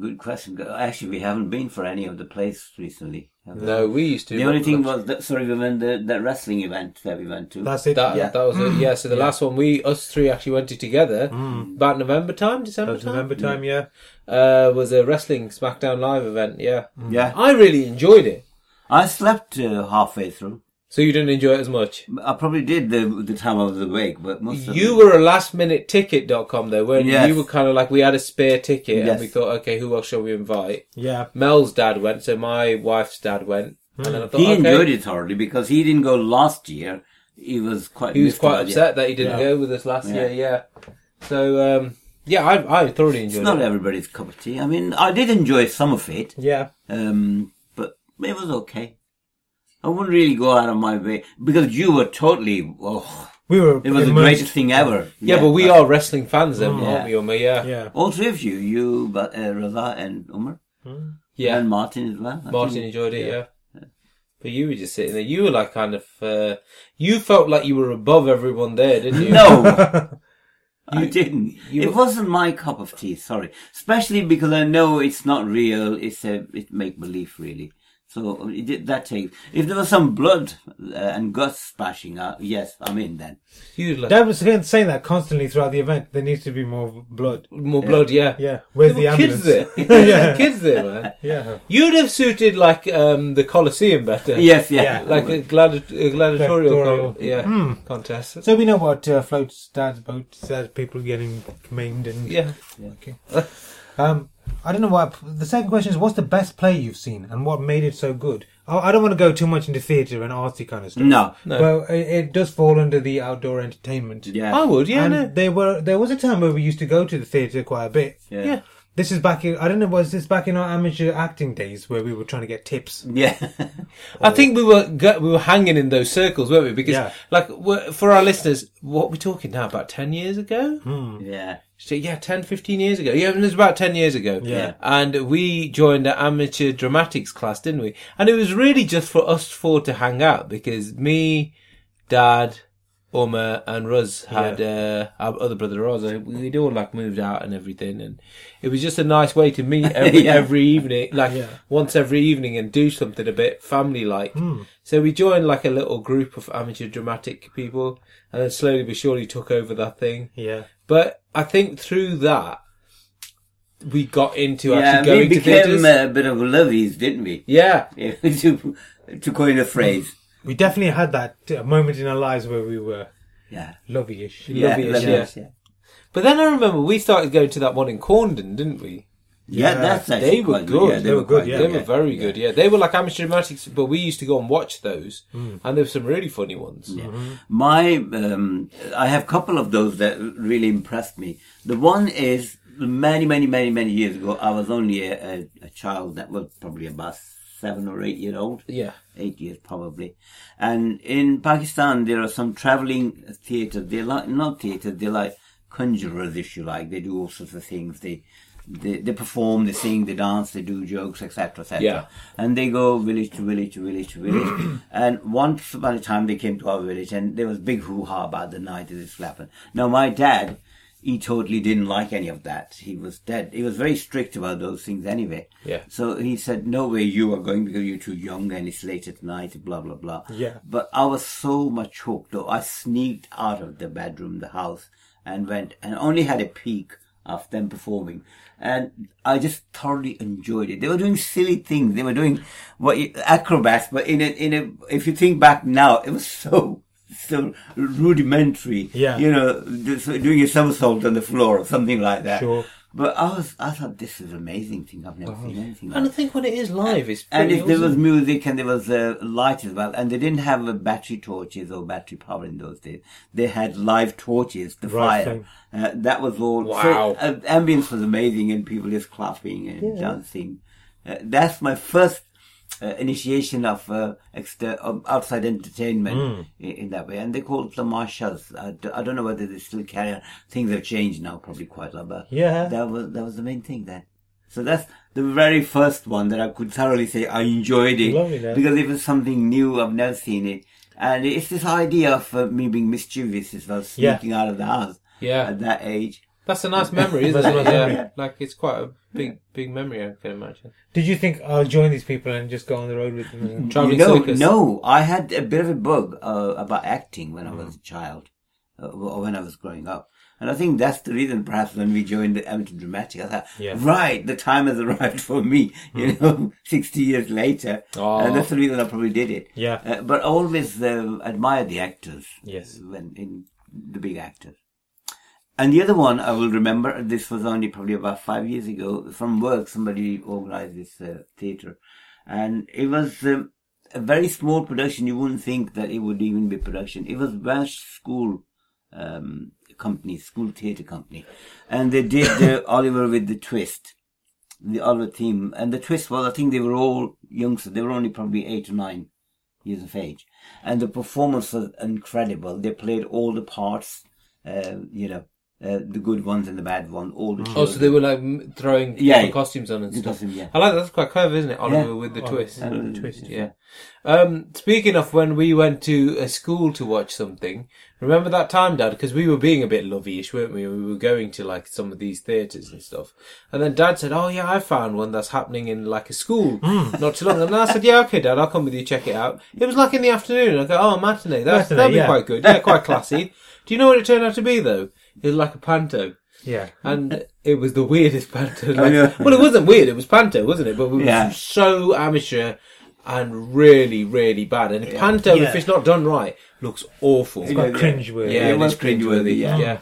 [SPEAKER 2] good question. Actually, we haven't been for any of the plays recently. have we?
[SPEAKER 1] No, we used to.
[SPEAKER 2] The only thing was that sorry, we went the that wrestling event that we went to.
[SPEAKER 4] That's it.
[SPEAKER 1] that
[SPEAKER 2] yeah.
[SPEAKER 1] that was it. Yeah. So the last one, we us three actually went to together about November time,
[SPEAKER 4] That
[SPEAKER 1] December
[SPEAKER 4] was
[SPEAKER 1] time.
[SPEAKER 4] November time, yeah.
[SPEAKER 1] Uh, was a wrestling SmackDown live event. Yeah.
[SPEAKER 2] yeah.
[SPEAKER 1] I really enjoyed it.
[SPEAKER 2] I slept uh, halfway through.
[SPEAKER 1] So you didn't enjoy it as much.
[SPEAKER 2] I probably did the the time I was awake, but most of
[SPEAKER 1] You
[SPEAKER 2] it-
[SPEAKER 1] were a last minute ticket.com though, weren't you?
[SPEAKER 2] Yes.
[SPEAKER 1] You were kind of like, we had a spare ticket and
[SPEAKER 2] Yes.
[SPEAKER 1] we thought, okay, who else shall we invite?
[SPEAKER 4] Yeah.
[SPEAKER 1] Mel's dad went, so my wife's dad went, and then I thought,
[SPEAKER 2] Hmm. he
[SPEAKER 1] okay,
[SPEAKER 2] enjoyed it thoroughly because he didn't go last year. He was quite.
[SPEAKER 1] He was
[SPEAKER 2] miffed
[SPEAKER 1] quite
[SPEAKER 2] about it.
[SPEAKER 1] upset that he didn't
[SPEAKER 4] Yeah.
[SPEAKER 1] go with us last
[SPEAKER 2] Yeah.
[SPEAKER 1] year. Yeah. So um, yeah, I, I thoroughly
[SPEAKER 2] It's
[SPEAKER 1] enjoyed
[SPEAKER 2] not
[SPEAKER 1] it.
[SPEAKER 2] everybody's cup of tea. I mean, I did enjoy some of it,
[SPEAKER 4] Yeah.
[SPEAKER 2] um, but it was okay. I wouldn't really go out of my way because you were totally. Oh,
[SPEAKER 4] We were.
[SPEAKER 2] it was the
[SPEAKER 4] immersed.
[SPEAKER 2] greatest thing ever.
[SPEAKER 1] Yeah, but we
[SPEAKER 2] but
[SPEAKER 1] are wrestling fans, then, aren't
[SPEAKER 2] Mm. Yeah.
[SPEAKER 1] we, Uma? Yeah. yeah.
[SPEAKER 4] Yeah.
[SPEAKER 2] all three of you, you, but uh, Raza and Umar and Martin as well. I
[SPEAKER 1] Martin
[SPEAKER 2] think.
[SPEAKER 1] enjoyed it. Yeah. But you were just sitting there. You were like kind of, uh, you felt like you were above everyone there, didn't you?
[SPEAKER 2] No, I didn't. it wasn't my cup of tea. Sorry, especially because I know it's not real. It's a it make believe really. So it, did- that takes. If there was some blood uh, and guts splashing out, yes, I'm in then.
[SPEAKER 1] You look
[SPEAKER 4] Dad was again saying that constantly throughout the event. There needs to be more blood.
[SPEAKER 1] more blood, yeah.
[SPEAKER 4] Yeah, where's
[SPEAKER 1] There
[SPEAKER 4] the
[SPEAKER 1] were
[SPEAKER 4] ambulance?
[SPEAKER 1] Kids there. yeah. Kids there, man.
[SPEAKER 4] Yeah,
[SPEAKER 1] You'd have suited like um, the Colosseum better.
[SPEAKER 2] Yes, yeah.
[SPEAKER 4] Yeah,
[SPEAKER 1] Like a, gladi- a gladiatorial
[SPEAKER 4] Gladiatorial.
[SPEAKER 1] con- yeah, contest.
[SPEAKER 4] So we know what uh, floats Dad's boat. Dad's people getting maimed and
[SPEAKER 1] yeah.
[SPEAKER 4] Um, I don't know why. The second question is, what's the best play you've seen, and what made it so good? I, I don't want to go too much into theatre and artsy kind of stuff.
[SPEAKER 2] No.
[SPEAKER 1] Mm, No.
[SPEAKER 4] but it, it does fall under the outdoor entertainment.
[SPEAKER 2] Yeah.
[SPEAKER 1] I would, yeah,
[SPEAKER 4] and
[SPEAKER 1] no.
[SPEAKER 4] there were there was a time where we used to go to the theatre quite a bit.
[SPEAKER 2] Yeah.
[SPEAKER 1] Yeah.
[SPEAKER 4] This is back in I don't know was this back in our amateur acting days where we were trying to get tips.
[SPEAKER 2] Yeah.
[SPEAKER 1] I think we were go- we were hanging in those circles, weren't we? Because,
[SPEAKER 4] Yeah.
[SPEAKER 1] like, we're, for our listeners, what are we talking now? About 10 years ago?
[SPEAKER 2] yeah.
[SPEAKER 1] So, yeah, 10, 15 years ago. Yeah, it was about 10 years ago.
[SPEAKER 4] Yeah.
[SPEAKER 1] And we joined an amateur dramatics class, didn't we? And it was really just for us four to hang out because me, dad, Uma and Ruz had uh, our other brother Roz. uh, We'd all like moved out and everything, and it was just a nice way to meet every,
[SPEAKER 2] Yeah.
[SPEAKER 1] every evening, like once every evening, and do something a bit family like. So we joined like a little group of amateur dramatic people, and then slowly but surely took over that thing.
[SPEAKER 4] Yeah,
[SPEAKER 1] But I think through that, we got into
[SPEAKER 2] Yeah,
[SPEAKER 1] actually
[SPEAKER 2] we
[SPEAKER 1] going to
[SPEAKER 2] became
[SPEAKER 1] theatres.
[SPEAKER 2] a bit of lovies, didn't we?
[SPEAKER 1] yeah,
[SPEAKER 2] Yeah, to, to coin a phrase.
[SPEAKER 4] we definitely had that uh, moment in our lives where we were
[SPEAKER 2] Yeah.
[SPEAKER 4] lovey-ish.
[SPEAKER 2] Yeah,
[SPEAKER 1] Lovies,
[SPEAKER 2] lovies, yeah.
[SPEAKER 1] but then I remember we started going to that one in Corndon, didn't we?
[SPEAKER 2] Yeah,
[SPEAKER 4] Yeah,
[SPEAKER 2] that's actually
[SPEAKER 1] they were
[SPEAKER 2] quite
[SPEAKER 1] good.
[SPEAKER 2] Yeah,
[SPEAKER 4] They were good,
[SPEAKER 2] quite
[SPEAKER 4] yeah.
[SPEAKER 1] they were very good, yeah. They were like amateur dramatics, but we used to go and watch those, and there were some really funny ones.
[SPEAKER 2] Yeah. My, um, I have a couple of those that really impressed me. The one is many, many, many, many years ago. I was only a, a, a child that was probably about seven or eight year old.
[SPEAKER 1] Yeah.
[SPEAKER 2] eight years probably. And in Pakistan, there are some traveling theatres. They're like not theatres. They're like conjurers, if you like. They do all sorts of things. They they, they perform, they sing, they dance, they do jokes, etc., etc.
[SPEAKER 1] Yeah.
[SPEAKER 2] And they go village to village to village to village. and once upon a time, they came to our village, and there was big hoo ha about the night of this happened. Now, my dad. He totally didn't like any of that. He was dead. He was very strict about those things anyway.
[SPEAKER 1] Yeah.
[SPEAKER 2] So he said, "No way, you are going because you're too young and it's late at night." Blah blah blah.
[SPEAKER 4] Yeah.
[SPEAKER 2] But I was so much hooked, though I sneaked out of the bedroom, the house, and went and only had a peek of them performing, and I just thoroughly enjoyed it. They were doing silly things. They were doing what you, acrobats, but in a in a. If you think back now, it was so. So rudimentary,
[SPEAKER 4] Yeah.
[SPEAKER 2] You know, just doing a somersault on the floor or something like that.
[SPEAKER 4] Sure.
[SPEAKER 2] But I was, I thought this is amazing thing. I've never seen anything.
[SPEAKER 1] And I
[SPEAKER 2] Like
[SPEAKER 1] think when it is live, it's
[SPEAKER 2] and
[SPEAKER 1] pretty
[SPEAKER 2] if there
[SPEAKER 1] awesome.
[SPEAKER 2] was music and there was uh, light as well, and they didn't have uh, battery torches or battery power in those days, they had live torches, the fire.
[SPEAKER 4] Right thing.
[SPEAKER 2] Uh, that was all. so,
[SPEAKER 1] Wow.
[SPEAKER 2] uh, ambience was amazing, and people just clapping and dancing. Uh, that's my first uh, initiation of, uh, exter- of outside entertainment
[SPEAKER 4] Mm.
[SPEAKER 2] in, in that way. And they call it the marshals. I, d- I don't know whether they still carry on. Things have changed now, probably quite a lot. But
[SPEAKER 4] Yeah.
[SPEAKER 2] that was that was the main thing then. So that's the very first one that I could thoroughly say I enjoyed it
[SPEAKER 4] Lovely, yeah.
[SPEAKER 2] because it was something new. I've never seen it, and it's this idea of uh, me being mischievous as well,
[SPEAKER 4] Yeah.
[SPEAKER 2] sneaking out of the house
[SPEAKER 1] yeah,
[SPEAKER 2] at that age.
[SPEAKER 1] that's a nice memory, isn't
[SPEAKER 4] That's a
[SPEAKER 1] it?
[SPEAKER 4] nice
[SPEAKER 1] Yeah,
[SPEAKER 4] memory.
[SPEAKER 1] like it's quite a big, big memory. I can imagine.
[SPEAKER 4] Did you think I'll join these people and just go on the road with them?
[SPEAKER 1] Traveling
[SPEAKER 2] no,
[SPEAKER 1] circus.
[SPEAKER 2] no, I had a bit of a bug uh, about acting when I was a child, uh, or when I was growing up. And I think that's the reason, perhaps, when we joined the amateur dramatic, I thought,
[SPEAKER 4] Yeah. Hmm.
[SPEAKER 2] right, the time has arrived for me. You know, sixty years later,
[SPEAKER 1] Oh.
[SPEAKER 2] and that's the reason I probably did it.
[SPEAKER 4] Yeah.
[SPEAKER 2] Uh, but I always uh, admired the actors. uh,
[SPEAKER 4] Yes.
[SPEAKER 2] When in the big actors. And the other one I will remember, this was only probably about five years ago, from work, somebody organized this uh, theater. And it was um, a very small production. You wouldn't think that it would even be production. It was Welsh school um, company, school theater company. And they did uh, Oliver with the twist, the Oliver theme. And the twist was, I think they were all youngsters. They were only probably eight or nine years of age. And the performance was incredible. They played all the parts, uh, you know, uh, the good ones and the bad ones, all the children.
[SPEAKER 1] Oh, so they were like m- throwing
[SPEAKER 2] Yeah.
[SPEAKER 1] different costumes on and
[SPEAKER 2] It
[SPEAKER 1] stuff.
[SPEAKER 2] doesn't, yeah.
[SPEAKER 1] I like that. That's quite clever, isn't it? Oliver
[SPEAKER 2] Yeah. Oh,
[SPEAKER 1] with the twist.
[SPEAKER 2] yeah.
[SPEAKER 1] With the twist, yeah. Um, speaking of when we went to a school to watch something, remember that time, Dad? Because we were being a bit lovey-ish, weren't we? We were going to like some of these theatres and stuff. And then Dad said, "Oh yeah, I found one that's happening in like a school not too long." And I said, "Yeah, okay, Dad, I'll come with you check it out." It was like in the afternoon. I go, "Oh, matinee. That's,
[SPEAKER 4] Matinee,
[SPEAKER 1] that'd be
[SPEAKER 4] yeah.
[SPEAKER 1] quite good. Yeah, quite classy." Do you know what it turned out to be though? It was like a panto.
[SPEAKER 4] Yeah.
[SPEAKER 1] And it was the weirdest panto. Like,
[SPEAKER 2] know.
[SPEAKER 1] well, it wasn't weird. It was panto, wasn't it? But we were
[SPEAKER 2] Oh, Yeah.
[SPEAKER 1] so amateur and really, really bad. And panto,
[SPEAKER 4] Yeah.
[SPEAKER 1] if it's not done right, looks awful. Yeah,
[SPEAKER 4] Quite cringe worthy.
[SPEAKER 2] it
[SPEAKER 1] it's
[SPEAKER 2] was cringeworthy, yeah.
[SPEAKER 1] yeah.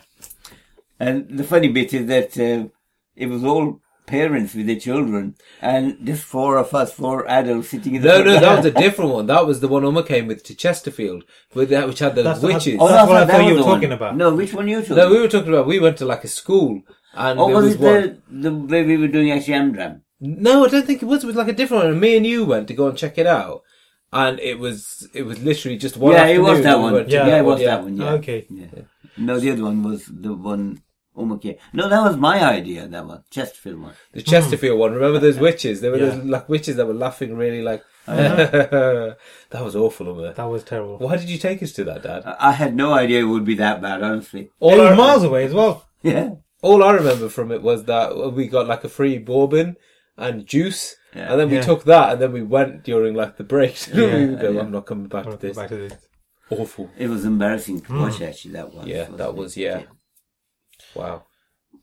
[SPEAKER 2] And the funny bit is that uh, it was all parents with their children, and just four of us, four adults sitting in the
[SPEAKER 1] No, no, that was a different one. That was the one Uma came with to Chesterfield, with that which had those
[SPEAKER 4] That's the-
[SPEAKER 1] witches.
[SPEAKER 4] Oh, that's what I
[SPEAKER 2] that
[SPEAKER 4] thought
[SPEAKER 2] was
[SPEAKER 4] you were
[SPEAKER 2] the one.
[SPEAKER 4] talking about.
[SPEAKER 2] No, which one you talking?
[SPEAKER 1] no, we were talking about. We went to like a school, and
[SPEAKER 2] Or
[SPEAKER 1] there
[SPEAKER 2] Oh, was
[SPEAKER 1] was,
[SPEAKER 2] it
[SPEAKER 1] one.
[SPEAKER 2] the, the way we were doing Ashyamdram?
[SPEAKER 1] No, I don't think it was. It was like a different one. And me and you went to go and check it out, and it was it was literally just one.
[SPEAKER 2] yeah, it was
[SPEAKER 1] afternoon
[SPEAKER 2] that
[SPEAKER 1] we
[SPEAKER 2] one.
[SPEAKER 1] went to
[SPEAKER 2] yeah,
[SPEAKER 4] that
[SPEAKER 2] it was
[SPEAKER 1] yeah.
[SPEAKER 2] that one. Yeah.
[SPEAKER 4] Okay.
[SPEAKER 2] Yeah. No, the other one was the one. Omake. No, that was my idea. That one Chesterfield one.
[SPEAKER 1] The Chesterfield one. Remember those witches? There were
[SPEAKER 4] Yeah.
[SPEAKER 1] those like witches that were laughing really like. that was awful, Umar.
[SPEAKER 4] That was terrible.
[SPEAKER 1] Why did you take us to that, Dad?
[SPEAKER 2] I I had no idea it would be that bad, honestly.
[SPEAKER 4] It
[SPEAKER 1] All
[SPEAKER 4] was
[SPEAKER 1] I,
[SPEAKER 4] miles away as well.
[SPEAKER 2] Yeah.
[SPEAKER 1] all I remember from it was that we got like a free bourbon and juice,
[SPEAKER 2] Yeah.
[SPEAKER 1] and then we
[SPEAKER 4] Yeah.
[SPEAKER 1] took that, and then we went during like the breaks. We go,
[SPEAKER 2] yeah.
[SPEAKER 1] I'm not coming back to this.
[SPEAKER 4] Back to this.
[SPEAKER 1] Awful.
[SPEAKER 2] It was embarrassing to watch actually. That one.
[SPEAKER 1] Yeah, that
[SPEAKER 2] wasn't
[SPEAKER 1] was
[SPEAKER 2] it?
[SPEAKER 1] yeah. Wow.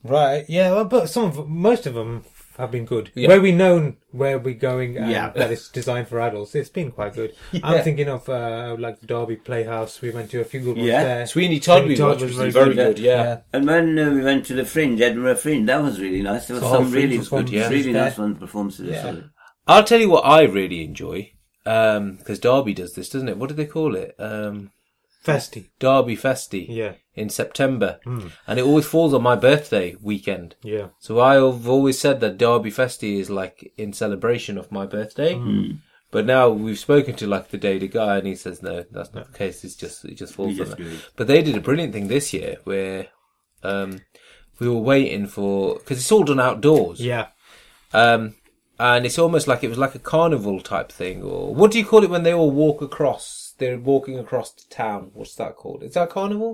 [SPEAKER 4] Right, yeah, well, but some of most of them have been good.
[SPEAKER 1] Yeah.
[SPEAKER 4] Where we known where we're going, and
[SPEAKER 2] Yeah.
[SPEAKER 4] that it's designed for adults. It's been quite good.
[SPEAKER 1] Yeah.
[SPEAKER 4] I'm thinking of uh, like Derby Playhouse. We went to a few good ones
[SPEAKER 2] Yeah.
[SPEAKER 4] there.
[SPEAKER 1] Sweeney Todd we
[SPEAKER 4] Sweeney Todd
[SPEAKER 1] watched,
[SPEAKER 4] was
[SPEAKER 1] which was very
[SPEAKER 4] very
[SPEAKER 1] good.
[SPEAKER 2] good,
[SPEAKER 1] Yeah.
[SPEAKER 2] And when uh, we went to the Fringe, Edinburgh Fringe, that was really nice. There were
[SPEAKER 4] Oh,
[SPEAKER 2] some
[SPEAKER 4] Fringe
[SPEAKER 2] really
[SPEAKER 4] was good,
[SPEAKER 2] good,
[SPEAKER 4] yeah.
[SPEAKER 2] really
[SPEAKER 4] Yeah.
[SPEAKER 2] nice one performances.
[SPEAKER 1] Yeah.
[SPEAKER 2] So-
[SPEAKER 1] I'll tell you what I really enjoy. Um, because Derby does this, doesn't it? What do they call it? Um,
[SPEAKER 4] Festy.
[SPEAKER 1] Derby Festi.
[SPEAKER 4] Yeah, Hmm.
[SPEAKER 1] in September, and it always falls on my birthday weekend.
[SPEAKER 4] yeah.
[SPEAKER 1] So I've always said that Derby Festi is like in celebration of my birthday.
[SPEAKER 4] Hmm.
[SPEAKER 1] But now we've spoken to like the Data guy, and he says no, that's not the case. It's just it just falls
[SPEAKER 2] We
[SPEAKER 1] on
[SPEAKER 2] just
[SPEAKER 1] that.
[SPEAKER 2] do it.
[SPEAKER 1] But they did a brilliant thing this year where um, we were waiting for because it's all done outdoors.
[SPEAKER 4] Yeah.
[SPEAKER 1] Um, and it's almost like it was like a carnival type thing, or what do you call it when they all walk across? They're walking across the town. What's that called? Is that carnival?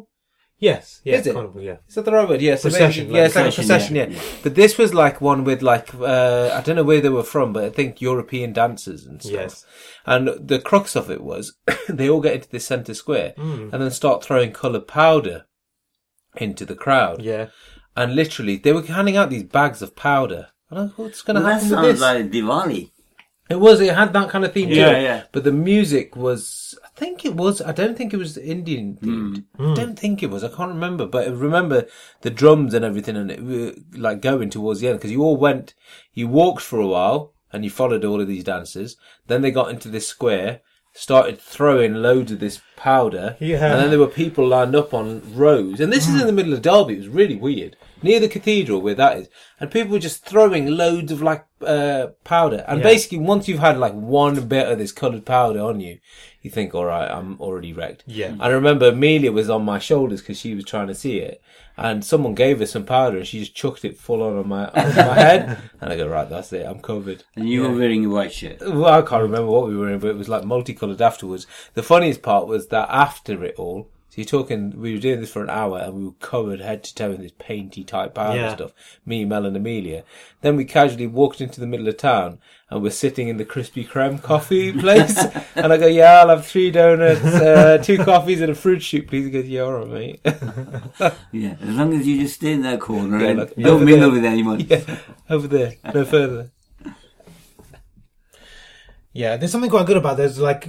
[SPEAKER 4] Yes. Yeah.
[SPEAKER 1] Is it?
[SPEAKER 4] Carnival, yeah.
[SPEAKER 1] Is that the right word? Yeah, so
[SPEAKER 4] Procession,
[SPEAKER 1] maybe-
[SPEAKER 4] like
[SPEAKER 1] yeah, it's like a procession,
[SPEAKER 2] procession,
[SPEAKER 1] yeah.
[SPEAKER 2] yeah.
[SPEAKER 1] But this was like one with like uh, I don't know where they were from, but I think European dancers and stuff.
[SPEAKER 4] Yes.
[SPEAKER 1] And the crux of it was they all get into this centre square
[SPEAKER 4] Mm.
[SPEAKER 1] and then start throwing coloured powder into the crowd.
[SPEAKER 4] Yeah.
[SPEAKER 1] And literally they were handing out these bags of powder. And I thought what's gonna
[SPEAKER 2] Well, that
[SPEAKER 1] happen with this?
[SPEAKER 2] sounds like Diwali.
[SPEAKER 1] It was. It had that kind of theme to
[SPEAKER 2] Yeah,
[SPEAKER 1] it.
[SPEAKER 2] yeah.
[SPEAKER 1] But the music was. I think it was. I don't think it was Indian themed.
[SPEAKER 2] Hmm.
[SPEAKER 1] I don't think it was. I can't remember. But I remember the drums and everything, and it were like going towards the end because you all went. You walked for a while and you followed all of these dancers. Then they got into this square, started throwing loads of this powder,
[SPEAKER 4] Yeah.
[SPEAKER 1] and then there were people lined up on rows. And this is in the middle of Derby. It was really weird near the cathedral where that is, and people were just throwing loads of like uh, powder. And
[SPEAKER 4] Yeah.
[SPEAKER 1] basically, once you've had like one bit of this coloured powder on you, you think, "All right, I'm already wrecked."
[SPEAKER 4] Yeah.
[SPEAKER 1] And I remember Amelia was on my shoulders because she was trying to see it, and someone gave her some powder, and she just chucked it full on, on my on my head, and I go, "Right, that's it, I'm covered."
[SPEAKER 2] And you were wearing a white shirt.
[SPEAKER 1] well, I can't remember what we were in, but it was like multicolored afterwards. The funniest part was that after it all, so you're talking, we were doing this for an hour and we were covered head to toe in this painty type powder
[SPEAKER 4] Yeah.
[SPEAKER 1] stuff. Me, Mel, and Amelia. Then we casually walked into the middle of town and we're sitting in the Krispy Kreme coffee place. and I go, yeah, I'll have three donuts, uh, two coffees, and a fruit shoot, please. He goes, yeah, all right, mate.
[SPEAKER 2] Yeah, as long as you just stay in that corner and
[SPEAKER 1] like-
[SPEAKER 2] don't
[SPEAKER 1] over
[SPEAKER 2] mingle
[SPEAKER 1] there.
[SPEAKER 2] with anyone.
[SPEAKER 1] yeah, over there, no further.
[SPEAKER 4] Yeah, there's something quite good about. There's like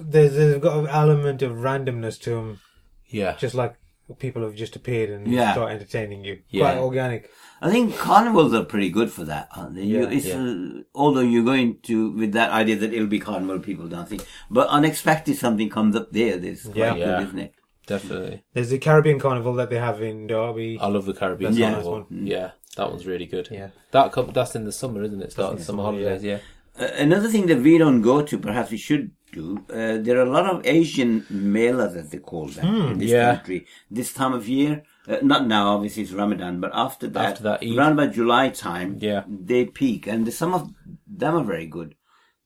[SPEAKER 4] there's, there's got an element of randomness to them,
[SPEAKER 1] Yeah.
[SPEAKER 4] just like people have just appeared and
[SPEAKER 2] Yeah.
[SPEAKER 4] start entertaining you.
[SPEAKER 1] Yeah.
[SPEAKER 4] Quite organic.
[SPEAKER 2] I think carnivals are pretty good for that, aren't they? you,
[SPEAKER 4] Yeah,
[SPEAKER 2] it's, uh, although you're going to with that idea that it'll be carnival, people dancing, but unexpected something comes up there. This quite
[SPEAKER 4] Yeah.
[SPEAKER 2] good,
[SPEAKER 1] Yeah.
[SPEAKER 2] isn't it?
[SPEAKER 1] Definitely.
[SPEAKER 4] There's the Caribbean Carnival that they have in Derby.
[SPEAKER 1] I love the Caribbean
[SPEAKER 4] That's the
[SPEAKER 1] Carnival.
[SPEAKER 4] last
[SPEAKER 1] Yeah, that one's really good.
[SPEAKER 4] Yeah.
[SPEAKER 1] that com- that's in the summer, isn't it? Starting summer holidays. Yeah.
[SPEAKER 2] Uh, another thing that we don't go to, perhaps we should do. Uh, there are a lot of Asian melas, as they call them, in this
[SPEAKER 1] Hmm, yeah.
[SPEAKER 2] country this time of year. Uh, not now, obviously it's Ramadan, but after that,
[SPEAKER 1] After that, Eid.
[SPEAKER 2] around about July time,
[SPEAKER 1] Yeah.
[SPEAKER 2] they peak, and some of them are very good.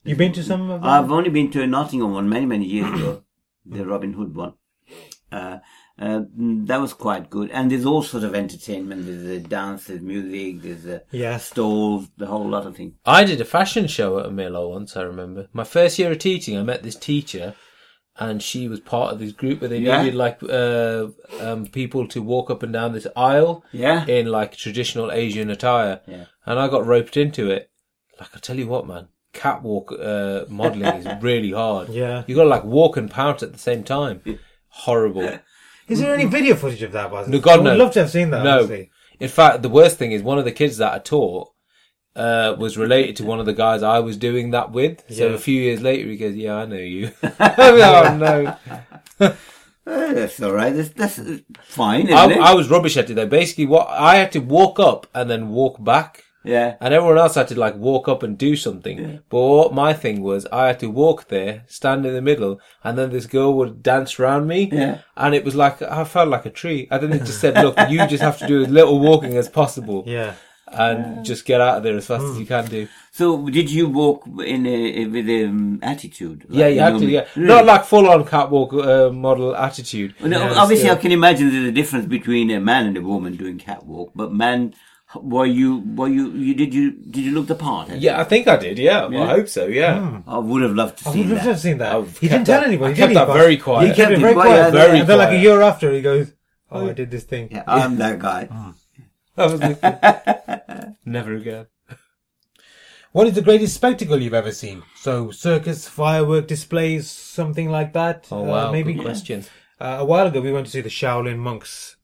[SPEAKER 4] You've been to some of them?
[SPEAKER 2] I've only been to a Nottingham one many, many years ago, the
[SPEAKER 1] Hmm.
[SPEAKER 2] Robin Hood one. Uh, uh, that was quite good. And there's all sort of entertainment. There's uh, dance, there's music, there's uh,
[SPEAKER 4] Yeah.
[SPEAKER 2] stalls, the whole lot of things.
[SPEAKER 1] I did a fashion show at a Milo once, I remember. My first year of teaching, I met this teacher and she was part of this group where they
[SPEAKER 2] Yeah.
[SPEAKER 1] needed like uh, um, people to walk up and down this aisle
[SPEAKER 2] Yeah.
[SPEAKER 1] in like traditional Asian attire.
[SPEAKER 2] Yeah.
[SPEAKER 1] And I got roped into it. Like, I tell you what, man, catwalk uh, modeling is really hard.
[SPEAKER 4] Yeah.
[SPEAKER 1] you got to like walk and pout at the same time. Horrible.
[SPEAKER 4] Is there any video footage of that? Baz?
[SPEAKER 1] No, God,
[SPEAKER 4] I would
[SPEAKER 1] no.
[SPEAKER 4] love to have seen that,
[SPEAKER 1] No.
[SPEAKER 4] honestly.
[SPEAKER 1] In fact, the worst thing is one of the kids that I taught uh, was related to one of the guys I was doing that with. So
[SPEAKER 4] Yeah.
[SPEAKER 1] a few years later, he goes, "Yeah, I know you." oh no!
[SPEAKER 2] Uh, that's all right. That's, that's uh, fine,
[SPEAKER 1] I,
[SPEAKER 2] isn't it?
[SPEAKER 1] I was rubbish at it though. Basically, what I had to walk up and then walk back,
[SPEAKER 2] yeah.
[SPEAKER 1] and everyone else had to like walk up and do something. But what my thing was, I had to walk there, stand in the middle, and then this girl would dance round me.
[SPEAKER 2] Yeah.
[SPEAKER 1] And it was like I felt like a tree. I then it just said, "Look, you just have to do as little walking as possible."
[SPEAKER 4] Yeah.
[SPEAKER 1] and just get out of there as fast
[SPEAKER 4] Hmm.
[SPEAKER 1] as you can do.
[SPEAKER 2] So did you walk in a, with an um, attitude? Like,
[SPEAKER 1] yeah, you have to.
[SPEAKER 2] normally-
[SPEAKER 1] Yeah,
[SPEAKER 2] Really?
[SPEAKER 1] not like full on catwalk uh, model attitude.
[SPEAKER 2] Well, no, obviously, I can imagine there's a difference between a man and a woman doing catwalk. But man, h- were you? Were you? You did you? Did you look the part?
[SPEAKER 1] Yeah, I think I did. Yeah, Well, I hope so. Yeah,
[SPEAKER 4] Hmm.
[SPEAKER 2] I would have loved to
[SPEAKER 4] I
[SPEAKER 2] see
[SPEAKER 4] would love to
[SPEAKER 2] that.
[SPEAKER 4] have seen that.
[SPEAKER 1] I've
[SPEAKER 4] He
[SPEAKER 1] kept
[SPEAKER 4] didn't tell
[SPEAKER 1] that-
[SPEAKER 4] anybody.
[SPEAKER 1] I kept
[SPEAKER 4] did
[SPEAKER 1] that
[SPEAKER 4] he, Baz?
[SPEAKER 1] very quiet.
[SPEAKER 4] He kept it
[SPEAKER 2] Yeah,
[SPEAKER 4] very
[SPEAKER 2] yeah,
[SPEAKER 4] quiet.
[SPEAKER 2] very
[SPEAKER 4] and then, like a
[SPEAKER 1] quiet.
[SPEAKER 4] year after, he goes, "Oh, I did this thing."
[SPEAKER 2] Yeah, I'm that guy.
[SPEAKER 1] That was the- never again.
[SPEAKER 4] What is
[SPEAKER 5] The greatest spectacle you've ever seen.
[SPEAKER 4] So circus, firework displays, something like that.
[SPEAKER 1] Oh
[SPEAKER 4] Uh,
[SPEAKER 1] wow,
[SPEAKER 4] maybe
[SPEAKER 1] good question.
[SPEAKER 4] Uh, a while ago we went to see the Shaolin monks.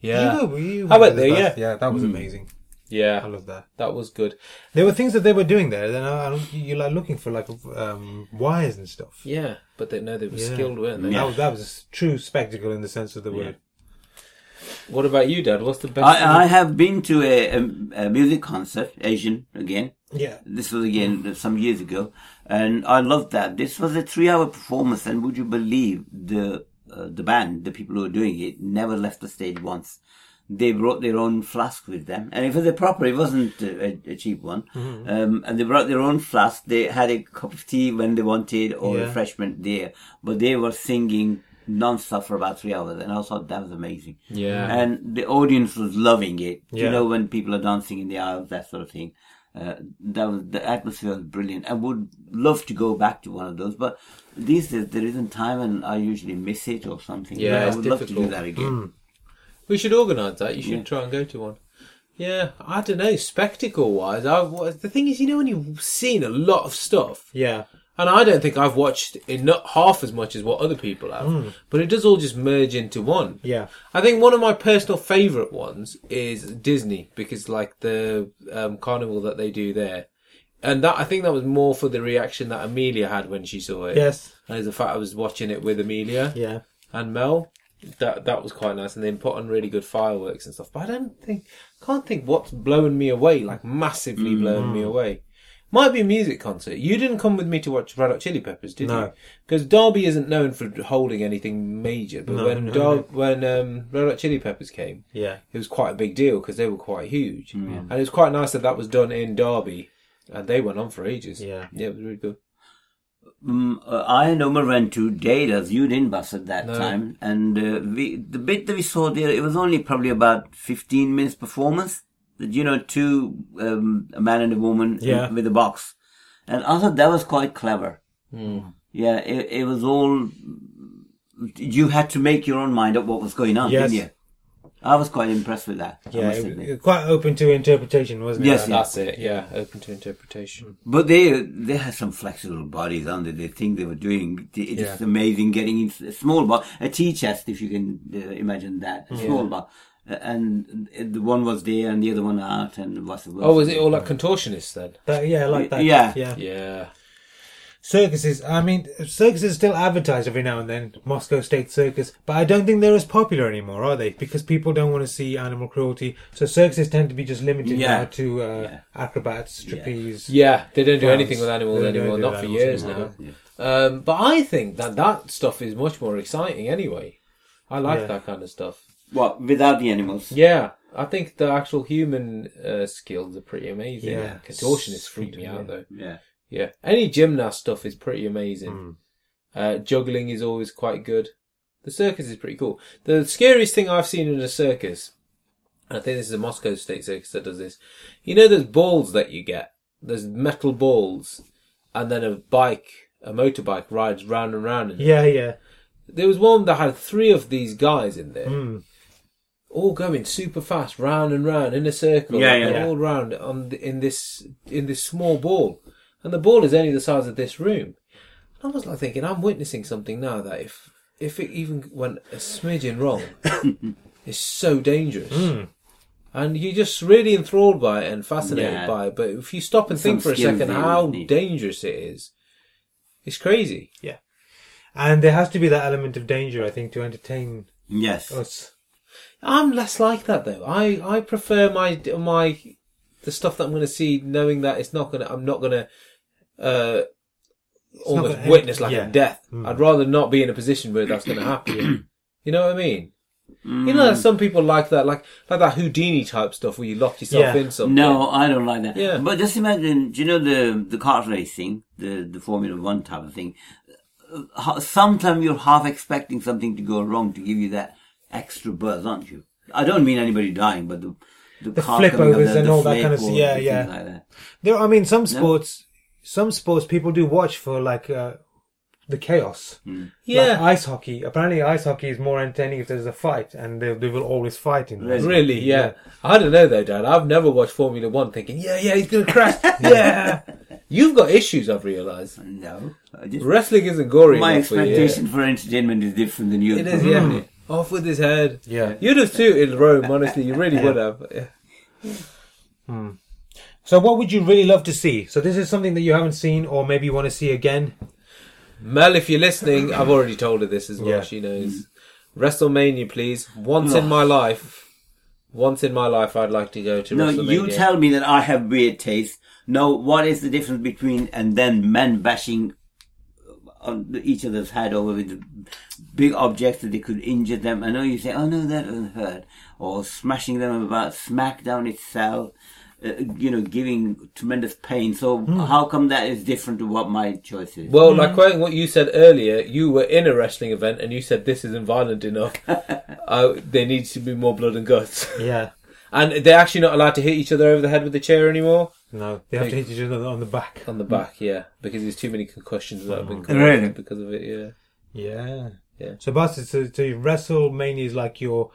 [SPEAKER 1] Yeah,
[SPEAKER 4] you, go- you
[SPEAKER 1] I
[SPEAKER 4] went
[SPEAKER 1] went
[SPEAKER 4] to this
[SPEAKER 1] there, Hmm.
[SPEAKER 4] Baz. yeah, that was amazing. I
[SPEAKER 1] yeah,
[SPEAKER 4] love that.
[SPEAKER 1] that was good.
[SPEAKER 4] There were things that they were doing there. Then I, I don't, you're like looking for like um, wires and stuff.
[SPEAKER 1] Yeah, but they know they were
[SPEAKER 4] Yeah.
[SPEAKER 1] skilled, weren't they?
[SPEAKER 4] That was that was a s- true spectacle in the sense of the word.
[SPEAKER 1] What about you, Dad? What's the best?
[SPEAKER 2] I, I have been to a, a, a music concert, Asian again.
[SPEAKER 4] Yeah.
[SPEAKER 2] This was again some years ago, and I loved that. This was a three-hour performance, and would you believe the uh, the band, the people who were doing it, never left the stage once. They brought their own flask with them, and it was a proper. It wasn't a, a cheap one, um, and they brought their own flask. They had a cup of tea when they wanted or
[SPEAKER 4] Yeah.
[SPEAKER 2] refreshment there, but they were singing non-stop for about three hours, and I thought that was amazing.
[SPEAKER 1] Yeah.
[SPEAKER 2] and the audience was loving it. You
[SPEAKER 4] Yeah.
[SPEAKER 2] know, when people are dancing in the aisles, that sort of thing. Uh, that was the atmosphere was brilliant. I would love to go back to one of those, but these days there isn't time, and I usually miss it or something.
[SPEAKER 1] Yeah,
[SPEAKER 2] But I
[SPEAKER 1] it's
[SPEAKER 2] would love to do
[SPEAKER 1] difficult. Mm.
[SPEAKER 2] that again.
[SPEAKER 1] we should organise that. You should
[SPEAKER 2] Yeah.
[SPEAKER 1] try and go to one. Yeah, I don't know. Spectacle wise, I was- the thing is, you know, when you've seen a lot of stuff,
[SPEAKER 4] Yeah.
[SPEAKER 1] And I don't think I've watched enough, half as much as what other people have, but it does all just merge into one.
[SPEAKER 4] Hmm. Yeah.
[SPEAKER 1] I think one of my personal favourite ones is Disney because like the um, carnival that they do there, and that I think that was more for the reaction that Amelia had when she saw it.
[SPEAKER 4] Yes.
[SPEAKER 1] and the fact I was watching it with Amelia
[SPEAKER 4] Yeah.
[SPEAKER 1] and Mel, that that was quite nice, and they put on really good fireworks and stuff. But I don't think, can't think what's blowing me away, like massively
[SPEAKER 4] Mm.
[SPEAKER 1] blowing me away. Might be a music concert. You didn't come with me to watch Red Hot Chili Peppers, did
[SPEAKER 4] No.
[SPEAKER 1] you? Because Derby isn't known for holding anything major, but
[SPEAKER 4] No,
[SPEAKER 1] when
[SPEAKER 4] no,
[SPEAKER 1] Dar-
[SPEAKER 4] no.
[SPEAKER 1] when um, Red Hot Chili Peppers came,
[SPEAKER 4] Yeah. Mm.
[SPEAKER 1] it was quite a big deal because they were quite huge, and it was quite nice that that was done in Derby, and they went on for ages.
[SPEAKER 4] Yeah.
[SPEAKER 1] yeah, it was really good.
[SPEAKER 2] Mm, uh, I and Omar went to Dada's. You didn't bus at that
[SPEAKER 1] No.
[SPEAKER 2] time, and uh, we, the bit that we saw there, it was only probably about fifteen minutes performance. You know, two um, a man and a woman in-
[SPEAKER 4] Yeah.
[SPEAKER 2] with a box, and I thought that was quite clever.
[SPEAKER 4] Hmm.
[SPEAKER 2] Yeah, it, it was all. You had to make your own mind up what was going on,
[SPEAKER 4] Yes.
[SPEAKER 2] didn't you? I was quite impressed with that. I
[SPEAKER 4] Yeah.
[SPEAKER 2] must
[SPEAKER 4] It,
[SPEAKER 2] admit.
[SPEAKER 4] it- quite open to interpretation, wasn't it?
[SPEAKER 2] Yes, yeah.
[SPEAKER 1] That's it. Yeah, open to interpretation.
[SPEAKER 4] Mm.
[SPEAKER 2] But they they had some flexible bodies on there. The thing they were doing, It- it's
[SPEAKER 4] Yeah.
[SPEAKER 2] amazing getting in a small bar, a tea chest, if you can uh, imagine that, a small bar. Uh, And uh, the one was there and the other one out and what's the
[SPEAKER 1] Oh, was it all like contortionists then?
[SPEAKER 4] That, yeah, I like that.
[SPEAKER 2] Yeah.
[SPEAKER 4] Yeah.
[SPEAKER 1] Yeah.
[SPEAKER 4] Circuses. I mean, circuses still advertise every now and then. Moscow State Circus, but I don't think they're as popular anymore, are they? Because people don't want to see animal cruelty, so circuses tend to be just limited
[SPEAKER 2] Yeah.
[SPEAKER 4] now to uh,
[SPEAKER 2] Yeah.
[SPEAKER 4] acrobats, trapeze.
[SPEAKER 1] Yeah, they don't do
[SPEAKER 4] Clowns.
[SPEAKER 1] anything with animals
[SPEAKER 4] They don't
[SPEAKER 1] anymore,
[SPEAKER 4] do
[SPEAKER 1] not for
[SPEAKER 4] animals
[SPEAKER 1] years
[SPEAKER 4] anymore,
[SPEAKER 1] now. Um, but I think that that stuff is much more exciting anyway. I like
[SPEAKER 4] Yeah.
[SPEAKER 1] that kind of stuff.
[SPEAKER 2] What without the animals?
[SPEAKER 1] Yeah, I think the actual human uh, skills are pretty amazing.
[SPEAKER 4] Yeah.
[SPEAKER 1] Contortionists freak me out though.
[SPEAKER 2] Yeah.
[SPEAKER 1] Yeah, any gymnast stuff is pretty amazing. Uh, juggling is always quite good. The circus is pretty cool. The scariest thing I've seen in a circus, and I think this is a Moscow State Circus that does this. You know those balls that you get? There's metal balls, and then a bike, a motorbike rides round and round. And
[SPEAKER 4] Yeah, yeah.
[SPEAKER 1] there was one that had three of these guys in there,
[SPEAKER 2] Hmm.
[SPEAKER 1] all going super fast, round and round in a circle,
[SPEAKER 2] Yeah, yeah,
[SPEAKER 1] and
[SPEAKER 2] yeah.
[SPEAKER 1] all round on the, in this in this small ball, and the ball is only the size of this room. And I was like thinking, I'm witnessing something now that if if it even went a smidgen wrong, it's so dangerous.
[SPEAKER 2] Hmm.
[SPEAKER 1] And you're just really enthralled by it and fascinated
[SPEAKER 2] Yeah.
[SPEAKER 1] by it. But if you stop and think
[SPEAKER 2] Some
[SPEAKER 1] for a
[SPEAKER 2] skills
[SPEAKER 1] second
[SPEAKER 2] you
[SPEAKER 1] how
[SPEAKER 2] need.
[SPEAKER 1] dangerous it is, it's crazy.
[SPEAKER 4] And there has to be that element of danger, I think, to entertain
[SPEAKER 2] Yes.
[SPEAKER 1] Oh,
[SPEAKER 4] us.
[SPEAKER 1] I'm less like that though. I, I prefer my my the stuff that I'm going to see, knowing that it's not going to. I'm not going to uh, almost
[SPEAKER 4] gonna
[SPEAKER 1] witness
[SPEAKER 4] end-
[SPEAKER 1] like
[SPEAKER 4] yeah. Mm.
[SPEAKER 1] a death. I'd rather not be in a position where that's going to happen. you know what I mean? You know,
[SPEAKER 2] Mm.
[SPEAKER 1] that some people like that, like like that Houdini type stuff where you lock yourself
[SPEAKER 4] Yeah.
[SPEAKER 1] in something.
[SPEAKER 2] No, I don't like that.
[SPEAKER 1] Yeah.
[SPEAKER 2] But just imagine, do you know the the kart racing, the the Formula One type of thing? Sometimes you're half expecting something to go wrong to give you that extra buzz, aren't you? I don't mean anybody dying, but the the,
[SPEAKER 4] The
[SPEAKER 2] car
[SPEAKER 4] flip
[SPEAKER 2] coming up,
[SPEAKER 4] overs
[SPEAKER 2] the-
[SPEAKER 4] and
[SPEAKER 2] the
[SPEAKER 4] all that
[SPEAKER 2] flip
[SPEAKER 4] kind of-
[SPEAKER 2] overs
[SPEAKER 4] yeah,
[SPEAKER 2] and
[SPEAKER 4] yeah.
[SPEAKER 2] things Like that.
[SPEAKER 4] There, I mean, some sports, some sports people do watch for like uh, the chaos. Like
[SPEAKER 1] yeah,
[SPEAKER 4] ice hockey. Apparently, ice hockey is more entertaining if there's a fight, and they, they will always fight in
[SPEAKER 2] Really?
[SPEAKER 4] there.
[SPEAKER 1] really, yeah. I don't know though, Dad. I've never watched Formula One thinking, yeah, yeah, he's going to crash. yeah, you've got issues. I've realised
[SPEAKER 2] No, I just,
[SPEAKER 1] wrestling isn't gory.
[SPEAKER 2] my
[SPEAKER 1] enough for you.
[SPEAKER 2] expectation for entertainment is different than yours.
[SPEAKER 1] It is, yeah.
[SPEAKER 2] Mm.
[SPEAKER 1] Off with his head.
[SPEAKER 4] Yeah.
[SPEAKER 1] You'd have suited Rome, honestly. You really would have. Yeah.
[SPEAKER 4] So, what would you really love to see? So, this is something that you haven't seen, or maybe you want to see again.
[SPEAKER 1] Mel, if you're listening, I've already told her this as well.
[SPEAKER 4] Yeah.
[SPEAKER 1] She knows. WrestleMania, please. Once in my life. Once in my life, I'd like to go to
[SPEAKER 2] No,
[SPEAKER 1] WrestleMania.
[SPEAKER 2] you tell me that I have weird taste. No, what is the difference between and then men bashing uh, on the- each other's head over with big objects that they could injure them? I know you say, oh no, that doesn't hurt, or smashing them about SmackDown itself. Uh, you know, giving tremendous pain. So how come that is different to what my choice is?
[SPEAKER 1] Well, like quoting what you said earlier, you were in a wrestling event and you said this isn't violent enough. uh, there needs to be more blood and guts.
[SPEAKER 4] Yeah.
[SPEAKER 1] And they're actually not allowed to hit each other over the head with a chair anymore.
[SPEAKER 4] No, they have to hit each other on the back.
[SPEAKER 1] On the back, yeah, because there's too many concussions that have been caused
[SPEAKER 2] Mm. Really?
[SPEAKER 1] because of it. Yeah,
[SPEAKER 4] Yeah.
[SPEAKER 1] Yeah.
[SPEAKER 4] So, Bastard, so, so WrestleMania is like your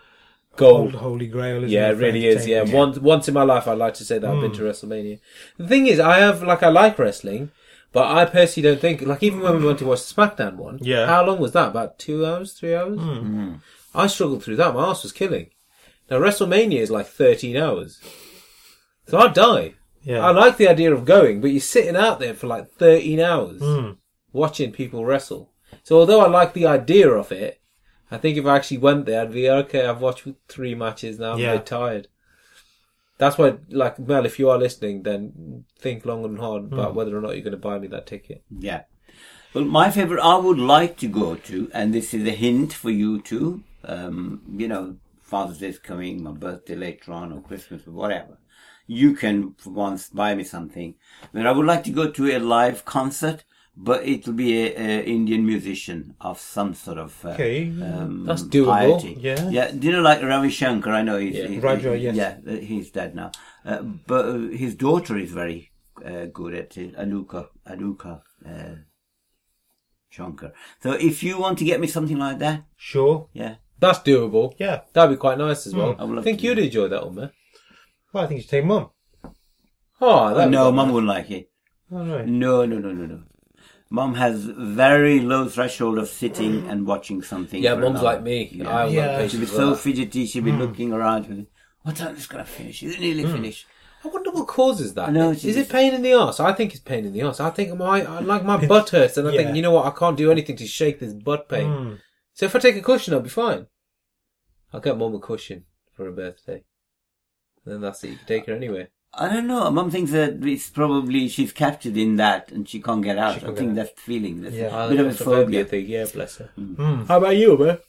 [SPEAKER 1] gold.
[SPEAKER 4] old holy grail, isn't
[SPEAKER 1] Oh. Yeah,
[SPEAKER 4] it?
[SPEAKER 1] it
[SPEAKER 4] for
[SPEAKER 1] really is. Yeah,
[SPEAKER 4] entertainment? Hmm.
[SPEAKER 1] once once in my life, I'd like to say that I've been to WrestleMania. The thing is, I have like I like wrestling, but I personally don't think like even when we went to watch the SmackDown one.
[SPEAKER 4] Yeah. Hmm.
[SPEAKER 1] how long was that? About two hours, three hours. I struggled through that. My ass was killing. Now WrestleMania is like thirteen hours, so I'd die.
[SPEAKER 4] Yeah.
[SPEAKER 1] I like the idea of going, but you're sitting out there for like thirteen hours
[SPEAKER 4] Hmm.
[SPEAKER 1] watching people wrestle. So although I like the idea of it, I think if I actually went there, I'd be okay. I've watched three matches now. I'm a
[SPEAKER 4] Yeah.
[SPEAKER 1] bit tired. That's why, like Mel, if you are listening, then think long and hard
[SPEAKER 4] Hmm.
[SPEAKER 1] about whether or not you're going to buy me that ticket.
[SPEAKER 2] Yeah. Well, my favorite I would like to go to, and this is a hint for you too. Um, you know, Father's Day is coming, my birthday later on, or Christmas, or whatever. You can for once buy me something. But I would like to go to a live concert, but it'll be a, a Indian musician of some sort of. Uh,
[SPEAKER 4] Okay.
[SPEAKER 2] Um,
[SPEAKER 1] That's doable.
[SPEAKER 2] piety.
[SPEAKER 4] Yeah.
[SPEAKER 2] Yeah. Do you know, like Ravi Shankar? I know he's.
[SPEAKER 1] Yeah.
[SPEAKER 2] he-
[SPEAKER 4] Raja,
[SPEAKER 2] he-
[SPEAKER 4] yes.
[SPEAKER 2] Yeah, uh, he's dead now. Uh, but uh, his daughter is very uh, good at it, Anuka. Anuka. Uh, Shankar. So if you want to get me something like that,
[SPEAKER 4] Sure.
[SPEAKER 2] yeah.
[SPEAKER 1] That's doable.
[SPEAKER 4] Yeah. Hmm.
[SPEAKER 1] That'd be quite nice as well.
[SPEAKER 2] I would
[SPEAKER 1] I
[SPEAKER 2] love
[SPEAKER 1] think
[SPEAKER 2] to.
[SPEAKER 1] you'd enjoy that, Umar.
[SPEAKER 4] Well, I think you should take mum.
[SPEAKER 1] Oh, that
[SPEAKER 2] no, mum wouldn't like it.
[SPEAKER 4] All right.
[SPEAKER 2] No, no, no, no, no. Mum has very low threshold of sitting and watching something.
[SPEAKER 1] Yeah,
[SPEAKER 2] for
[SPEAKER 1] mum's
[SPEAKER 2] an
[SPEAKER 1] like
[SPEAKER 2] hour.
[SPEAKER 1] me.
[SPEAKER 2] Yeah.
[SPEAKER 1] I
[SPEAKER 4] Yeah.
[SPEAKER 1] yeah.
[SPEAKER 2] She'd be so fidgety. She'd
[SPEAKER 4] Hmm.
[SPEAKER 2] be looking around. With, what time is going to finish? Is it nearly finished?
[SPEAKER 1] I wonder what causes that.
[SPEAKER 2] I know,
[SPEAKER 1] is
[SPEAKER 2] it's-
[SPEAKER 1] it pain in the ass? I think it's pain in the ass. I think my I- like my butt hurts, and I
[SPEAKER 4] yeah. Hmm.
[SPEAKER 1] think you know what? I can't do anything to shake this butt pain. So if I take a cushion, I'll be fine. I'll get mum a cushion for her birthday. Then that's it. You can take her anywhere.
[SPEAKER 2] I don't know. Mum thinks that it's probably she's captured in that and she can't get out. I think that's the feeling. That's
[SPEAKER 4] Yeah.
[SPEAKER 2] a bit of a phobia. Hmm.
[SPEAKER 1] thing. Yeah, bless her.
[SPEAKER 4] Mm.
[SPEAKER 1] How about you, man?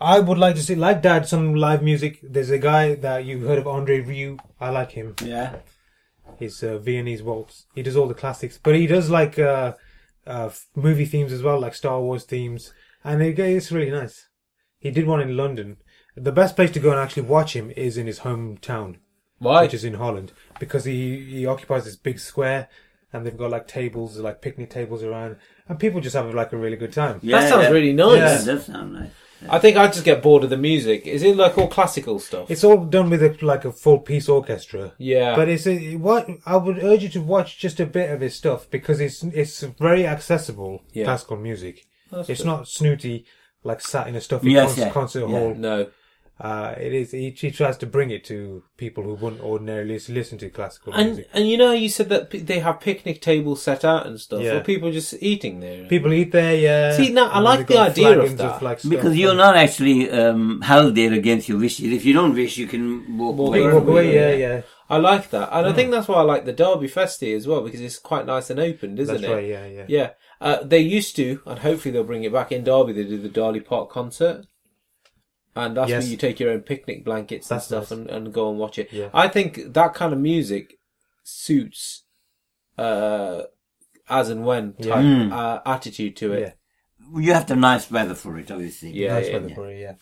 [SPEAKER 4] I would like to see, like Dad, some live music. There's a guy that you heard of, Andre Rieu. I like him.
[SPEAKER 2] Yeah.
[SPEAKER 4] His uh, Viennese waltz. He does all the classics, but he does like uh, uh, f- movie themes as well, like Star Wars themes, and it, it's really nice. He did one in London. The best place to go and actually watch him is in his hometown,
[SPEAKER 1] Why?
[SPEAKER 4] which is in Holland, because he he occupies this big square, and they've got like tables, like picnic tables around, and people just have like a really good time.
[SPEAKER 2] yeah
[SPEAKER 1] sounds really nice.
[SPEAKER 2] Yeah, that does sound nice.
[SPEAKER 1] I think I just get bored of the music. Is it like all classical stuff?
[SPEAKER 4] It's all done with a, like a full piece orchestra.
[SPEAKER 1] Yeah.
[SPEAKER 4] But it's a, what I would urge you to watch just a bit of his stuff because it's it's very accessible
[SPEAKER 1] Yeah.
[SPEAKER 4] classical music.
[SPEAKER 1] That's
[SPEAKER 4] it's
[SPEAKER 1] good.
[SPEAKER 4] not snooty like sat in a stuffy
[SPEAKER 2] Yes,
[SPEAKER 4] con-
[SPEAKER 2] yeah.
[SPEAKER 4] concert
[SPEAKER 2] Yeah.
[SPEAKER 4] hall.
[SPEAKER 1] No.
[SPEAKER 4] Uh, it is he, he tries to bring it to people who wouldn't ordinarily listen to classical
[SPEAKER 1] And
[SPEAKER 4] music.
[SPEAKER 1] and you know you said that p- they have picnic tables set out and stuff.
[SPEAKER 4] Yeah.
[SPEAKER 1] Or people just eating there.
[SPEAKER 4] People eat there, yeah.
[SPEAKER 1] See, now, I
[SPEAKER 4] and
[SPEAKER 1] like
[SPEAKER 4] they've
[SPEAKER 1] the
[SPEAKER 4] got
[SPEAKER 1] idea of
[SPEAKER 4] flagons
[SPEAKER 1] that.
[SPEAKER 4] like, stuff
[SPEAKER 2] Because you're
[SPEAKER 4] and-
[SPEAKER 2] not actually um, held there against your wishes. If you don't wish, you can walk,
[SPEAKER 1] Walk
[SPEAKER 2] away.
[SPEAKER 4] People
[SPEAKER 1] away,
[SPEAKER 4] walk
[SPEAKER 2] from it.
[SPEAKER 4] away, yeah, yeah.
[SPEAKER 1] I like that, and I
[SPEAKER 4] Hmm.
[SPEAKER 1] think that's why I like the Derby Festi as well because it's quite nice and open, isn't
[SPEAKER 4] That's
[SPEAKER 1] it?
[SPEAKER 4] right, yeah, yeah.
[SPEAKER 1] Yeah, uh, they used to, and hopefully they'll bring it back in Derby. They do the Darley Park concert, and that's
[SPEAKER 4] Yes.
[SPEAKER 1] where you take your own picnic blankets
[SPEAKER 4] That's
[SPEAKER 1] and stuff
[SPEAKER 4] nice.
[SPEAKER 1] and, and go and watch it.
[SPEAKER 4] Yeah.
[SPEAKER 1] I think that kind of music suits uh, as and when type uh, attitude to it.
[SPEAKER 2] You have to have nice weather for it, obviously.
[SPEAKER 1] Yeah,
[SPEAKER 4] nice
[SPEAKER 1] yeah,
[SPEAKER 4] weather
[SPEAKER 2] yeah.
[SPEAKER 4] for it, yeah.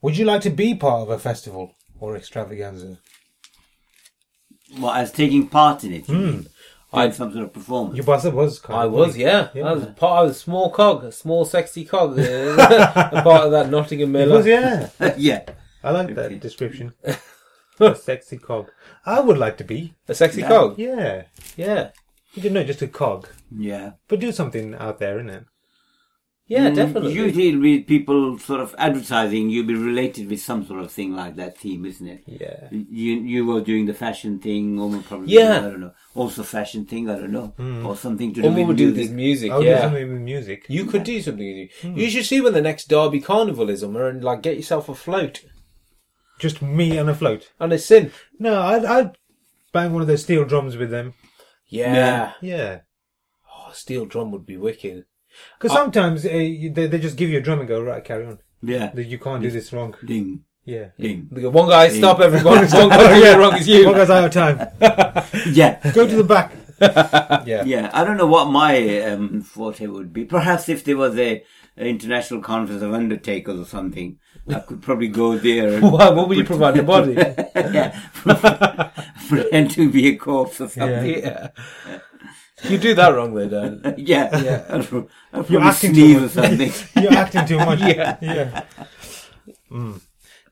[SPEAKER 5] Would you like to be part of a festival or extravaganza?
[SPEAKER 2] Well, as taking part in it. you mean.
[SPEAKER 1] I-
[SPEAKER 2] Doing some sort of performance.
[SPEAKER 4] Your buzzer was kind
[SPEAKER 1] I
[SPEAKER 4] of
[SPEAKER 1] was,
[SPEAKER 4] funny.
[SPEAKER 1] yeah.
[SPEAKER 4] Yeah.
[SPEAKER 1] I was part. I was a small cog, a small sexy cog, uh, a part of that Nottingham
[SPEAKER 4] It
[SPEAKER 1] Miller.
[SPEAKER 4] was, yeah.
[SPEAKER 2] yeah.
[SPEAKER 4] I like that description. a sexy cog. I would like to be.
[SPEAKER 1] A sexy
[SPEAKER 2] Yeah.
[SPEAKER 1] cog,
[SPEAKER 4] Yeah.
[SPEAKER 1] yeah,
[SPEAKER 4] You know, just a cog.
[SPEAKER 2] Yeah.
[SPEAKER 4] But do something out there, innit?
[SPEAKER 1] yeah,
[SPEAKER 2] Mm,
[SPEAKER 1] definitely.
[SPEAKER 2] Usually, with people sort of advertising, you'll be related with some sort of thing like that theme, isn't it?
[SPEAKER 4] Yeah.
[SPEAKER 2] You you were doing the fashion thing, or probably
[SPEAKER 1] Yeah. Hmm.
[SPEAKER 2] I don't know, also fashion thing, I don't know, or something to do
[SPEAKER 1] Or we
[SPEAKER 2] with
[SPEAKER 1] would do this
[SPEAKER 2] music.
[SPEAKER 1] music,
[SPEAKER 4] I would do
[SPEAKER 1] yeah.
[SPEAKER 4] something with music.
[SPEAKER 1] You could do something. with it. You should see when the next Derby Carnival is on, and like get yourself a float
[SPEAKER 4] Just me and a float.
[SPEAKER 1] and a sin.
[SPEAKER 4] No, I'd, I'd bang one of those steel drums with them.
[SPEAKER 1] Yeah.
[SPEAKER 2] Yeah.
[SPEAKER 4] Yeah.
[SPEAKER 1] Oh, steel drum would be wicked.
[SPEAKER 4] Because sometimes uh, you- they, they just give you a drum and go, right, carry on.
[SPEAKER 2] Yeah,
[SPEAKER 4] That You can't do this wrong.
[SPEAKER 2] ding
[SPEAKER 4] Yeah.
[SPEAKER 2] ding.
[SPEAKER 1] They go, One guy, stop everyone. One guy, doing it wrong is
[SPEAKER 4] What
[SPEAKER 1] you.
[SPEAKER 4] goes out of time?
[SPEAKER 2] Yeah,
[SPEAKER 4] Go to the back.
[SPEAKER 2] yeah. I don't know what my um, forte would be. Perhaps if there was a, a international conference of undertakers or something, I could probably go there. And
[SPEAKER 1] Why? What would you provide the body?
[SPEAKER 2] yeah, pretend to be a corpse or something.
[SPEAKER 1] yeah. You do that wrong though, Dan.
[SPEAKER 2] Yeah, yeah. I'd, pro- I'd
[SPEAKER 4] You're
[SPEAKER 2] probably
[SPEAKER 4] acting
[SPEAKER 2] sneeze
[SPEAKER 4] too
[SPEAKER 2] or something.
[SPEAKER 4] You're acting too much. yeah. Yeah. Mm.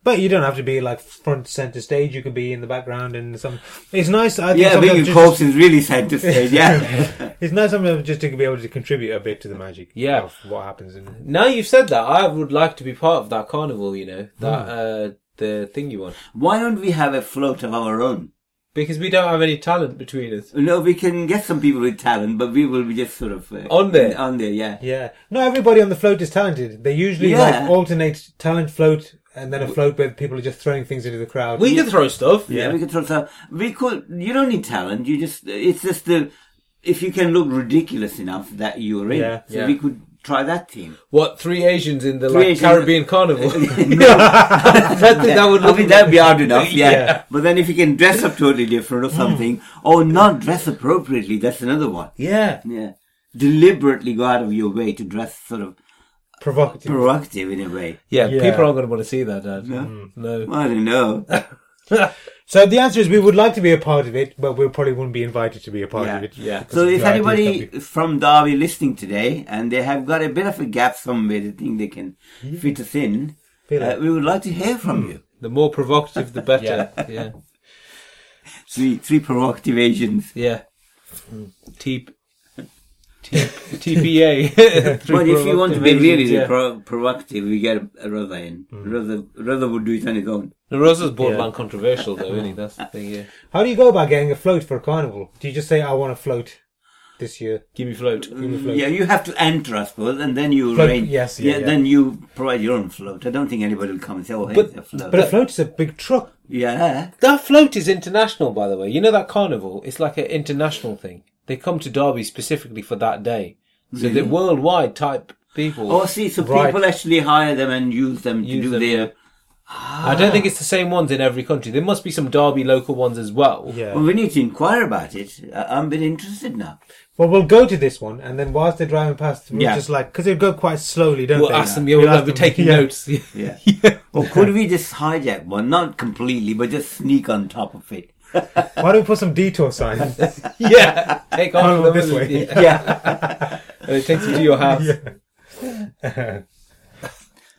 [SPEAKER 4] But you don't have to be like front center stage. You could be in the background and some. It's nice. I think
[SPEAKER 2] Yeah,
[SPEAKER 4] sometimes
[SPEAKER 2] being a
[SPEAKER 4] just-
[SPEAKER 2] corpse is really sad to say. Yeah,
[SPEAKER 4] It's nice sometimes just to be able to contribute a bit to the magic.
[SPEAKER 1] Yeah.
[SPEAKER 4] Of what happens in.
[SPEAKER 1] Now you've said that, I would like to be part of that carnival. You know that uh, the thing you want
[SPEAKER 2] why don't we have a float of our own?
[SPEAKER 1] because we don't have any talent between us.
[SPEAKER 2] No, we can get some people with talent, but we will be just sort of uh,
[SPEAKER 1] On there.
[SPEAKER 2] on there. Yeah,
[SPEAKER 4] Yeah. Not everybody on the float is talented. They usually
[SPEAKER 2] Yeah.
[SPEAKER 4] like alternate talent float and then a float where people are just throwing things into the crowd.
[SPEAKER 1] We can throw stuff.
[SPEAKER 2] yeah, we could throw some. We could. You don't need talent. You just. It's just the. If you can look ridiculous enough that you're in,
[SPEAKER 4] Yeah.
[SPEAKER 2] so
[SPEAKER 1] Yeah.
[SPEAKER 2] we could try that theme.
[SPEAKER 1] What three Asians in the
[SPEAKER 2] Three
[SPEAKER 1] like
[SPEAKER 2] Asians-
[SPEAKER 1] Caribbean carnival? I think that would
[SPEAKER 2] I
[SPEAKER 1] look
[SPEAKER 2] think that'd be hard enough. Yeah.
[SPEAKER 4] Yeah.
[SPEAKER 2] but then if you can dress up totally different
[SPEAKER 1] Mm.
[SPEAKER 2] or something, or not dress appropriately, that's another one.
[SPEAKER 1] yeah.
[SPEAKER 2] Yeah, deliberately go out of your way to dress sort of
[SPEAKER 4] Provocative.
[SPEAKER 2] provocative in a way.
[SPEAKER 1] yeah,
[SPEAKER 4] Yeah.
[SPEAKER 1] People aren't going to want to see that, Dad. Mm. No,
[SPEAKER 2] I don't know.
[SPEAKER 4] So the answer is we would like to be a part of it, but we probably wouldn't be invited to be a part
[SPEAKER 2] Yeah.
[SPEAKER 4] of it.
[SPEAKER 1] Yeah.
[SPEAKER 4] Because
[SPEAKER 2] So
[SPEAKER 4] of
[SPEAKER 2] if
[SPEAKER 4] your ideas
[SPEAKER 2] anybody
[SPEAKER 4] that we-
[SPEAKER 2] from Derby listening today and they have got a bit of a gap somewhere they think they can fit us in,
[SPEAKER 4] Fill
[SPEAKER 2] uh,
[SPEAKER 4] Hmm. it. Hmm.
[SPEAKER 2] we would like to hear from you.
[SPEAKER 1] the more provocative, the better. yeah, yeah.
[SPEAKER 2] Three, three provocative Asians.
[SPEAKER 1] T- Mm. T- TPA. Three
[SPEAKER 2] But if you want to be
[SPEAKER 1] provocative
[SPEAKER 2] really
[SPEAKER 1] Asians, yeah.
[SPEAKER 2] pro- provocative, we get Rother in.
[SPEAKER 4] Hmm.
[SPEAKER 2] Rother, Rother would do it on his own.
[SPEAKER 1] The Rosa's borderline controversial, though, isn't he? That's the thing. Yeah,
[SPEAKER 4] How do you go about getting a float for a carnival? Do you just say, I want a float this year?
[SPEAKER 1] give me float.
[SPEAKER 2] Mm.
[SPEAKER 4] float.
[SPEAKER 2] Yeah, you have to enter, I suppose, and then you
[SPEAKER 4] Float,
[SPEAKER 2] arrange.
[SPEAKER 4] yes, yeah, yeah.
[SPEAKER 2] Then you provide your own float. I don't think anybody will come and say, "Oh, here's a float."
[SPEAKER 4] But a float is a big truck.
[SPEAKER 2] yeah,
[SPEAKER 1] That float is international, by the way. You know that carnival? It's like an international thing. They come to Derby specifically for that day. So they're worldwide type people.
[SPEAKER 2] Oh, see, so
[SPEAKER 4] Right.
[SPEAKER 2] people actually hire them and use them to
[SPEAKER 1] Use
[SPEAKER 2] do
[SPEAKER 1] them,
[SPEAKER 2] their.
[SPEAKER 1] I don't
[SPEAKER 4] ah.
[SPEAKER 1] think it's the same ones in every country. There must be some Derby local ones as well.
[SPEAKER 4] Yeah.
[SPEAKER 2] Well, we need to inquire about it. I- I'm a bit interested now.
[SPEAKER 4] Well, we'll go to this one, and then whilst they're driving past, we'll
[SPEAKER 2] Yeah.
[SPEAKER 4] just like because they go quite slowly, don't
[SPEAKER 1] We'll
[SPEAKER 4] they?
[SPEAKER 1] ask them. Yeah, we'll,
[SPEAKER 4] We'll ask
[SPEAKER 1] be
[SPEAKER 4] them,
[SPEAKER 1] taking
[SPEAKER 4] yeah.
[SPEAKER 1] notes.
[SPEAKER 2] Yeah. Or could we just hijack one? Not completely, but just sneak on top of it.
[SPEAKER 4] Why don't we put some detour signs?
[SPEAKER 1] yeah, take
[SPEAKER 4] I'll
[SPEAKER 1] on
[SPEAKER 4] look this way.
[SPEAKER 1] Yeah. And it takes you to your house.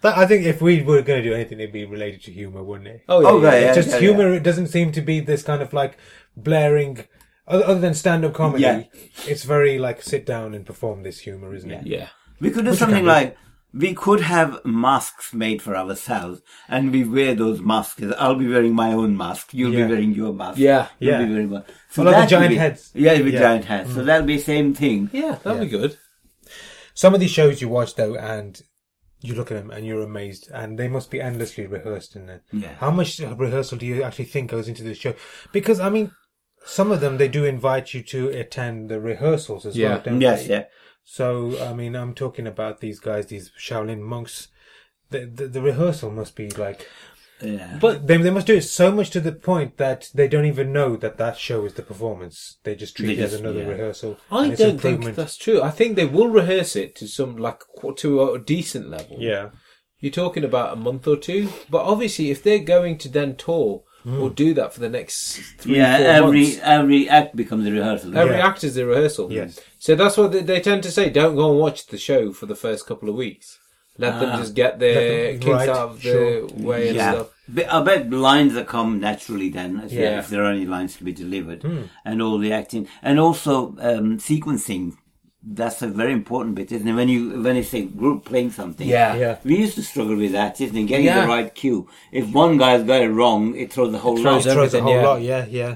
[SPEAKER 4] That, I think if we were going to do anything, it'd be related to humor, wouldn't it?
[SPEAKER 1] Oh yeah,
[SPEAKER 2] Oh,
[SPEAKER 1] yeah.
[SPEAKER 2] right, yeah,
[SPEAKER 4] just
[SPEAKER 2] yeah,
[SPEAKER 4] humor. It doesn't seem to be this kind of like blaring. Other other than stand-up comedy,
[SPEAKER 2] Yeah.
[SPEAKER 4] it's very like sit down and perform this humor, isn't it?
[SPEAKER 1] yeah.
[SPEAKER 2] We could do something like we could have masks made for ourselves, and we wear those masks. I'll be wearing my own mask. You'll
[SPEAKER 4] Yeah.
[SPEAKER 2] be wearing your mask.
[SPEAKER 1] Yeah.
[SPEAKER 2] You'll
[SPEAKER 4] Yeah.
[SPEAKER 2] be wearing one. So
[SPEAKER 4] Well, like the
[SPEAKER 2] that
[SPEAKER 4] giant
[SPEAKER 2] will be-
[SPEAKER 4] heads.
[SPEAKER 2] Yeah, with
[SPEAKER 4] Yeah.
[SPEAKER 2] giant heads. So that'll be same thing.
[SPEAKER 1] Yeah, that'd be good.
[SPEAKER 4] Some of these shows you watch though, and you look at them and you're amazed, and they must be endlessly rehearsed in there.
[SPEAKER 2] Yeah.
[SPEAKER 4] How much rehearsal do you actually think goes into this show? Because I mean, some of them they do invite you to attend the rehearsals as
[SPEAKER 1] Yeah.
[SPEAKER 4] well. Don't
[SPEAKER 2] Yes,
[SPEAKER 4] They?
[SPEAKER 2] yeah.
[SPEAKER 4] So I mean, I'm talking about these guys, these Shaolin monks. The, the, the rehearsal must be like
[SPEAKER 2] Yeah.
[SPEAKER 1] But
[SPEAKER 4] they, they must do it so much to the point that they don't even know that that show is the performance. They just treat
[SPEAKER 2] They
[SPEAKER 4] it as
[SPEAKER 2] just-
[SPEAKER 4] another
[SPEAKER 2] yeah.
[SPEAKER 4] rehearsal.
[SPEAKER 1] I
[SPEAKER 4] and it's
[SPEAKER 1] don't think
[SPEAKER 4] improvement.
[SPEAKER 1] that's true. I think they will rehearse it to some like qu- to a decent level.
[SPEAKER 4] yeah.
[SPEAKER 1] You're talking about a month or two, but obviously, if they're going to then tour or do that for the next three,
[SPEAKER 2] Hmm. yeah,
[SPEAKER 1] four
[SPEAKER 2] every
[SPEAKER 1] months,
[SPEAKER 2] every act becomes a rehearsal.
[SPEAKER 1] every
[SPEAKER 4] Yeah.
[SPEAKER 1] act is a rehearsal.
[SPEAKER 4] Yes.
[SPEAKER 1] So that's what they, they tend to say. Don't go and watch the show for the first couple of weeks. Let them just get their
[SPEAKER 4] Let them-
[SPEAKER 1] kinks
[SPEAKER 4] right,
[SPEAKER 1] out of the
[SPEAKER 4] sure.
[SPEAKER 1] way and
[SPEAKER 2] Ah. yeah.
[SPEAKER 1] stuff.
[SPEAKER 2] But I bet lines that come naturally then, as well,
[SPEAKER 1] Yeah. Hmm.
[SPEAKER 2] if there are any lines to be delivered, and all the acting, and also um, sequencing. That's a very important bit, isn't it? When you when it's a group playing something,
[SPEAKER 1] Yeah.
[SPEAKER 4] Yeah.
[SPEAKER 2] we used to struggle with that, isn't it? Getting
[SPEAKER 1] Yeah.
[SPEAKER 2] the right cue. If one guy's got it wrong, it throws the whole
[SPEAKER 1] throws
[SPEAKER 2] lot.
[SPEAKER 1] every-
[SPEAKER 4] throws a
[SPEAKER 1] everything,
[SPEAKER 4] whole
[SPEAKER 1] yeah.
[SPEAKER 4] lot. Yeah, yeah.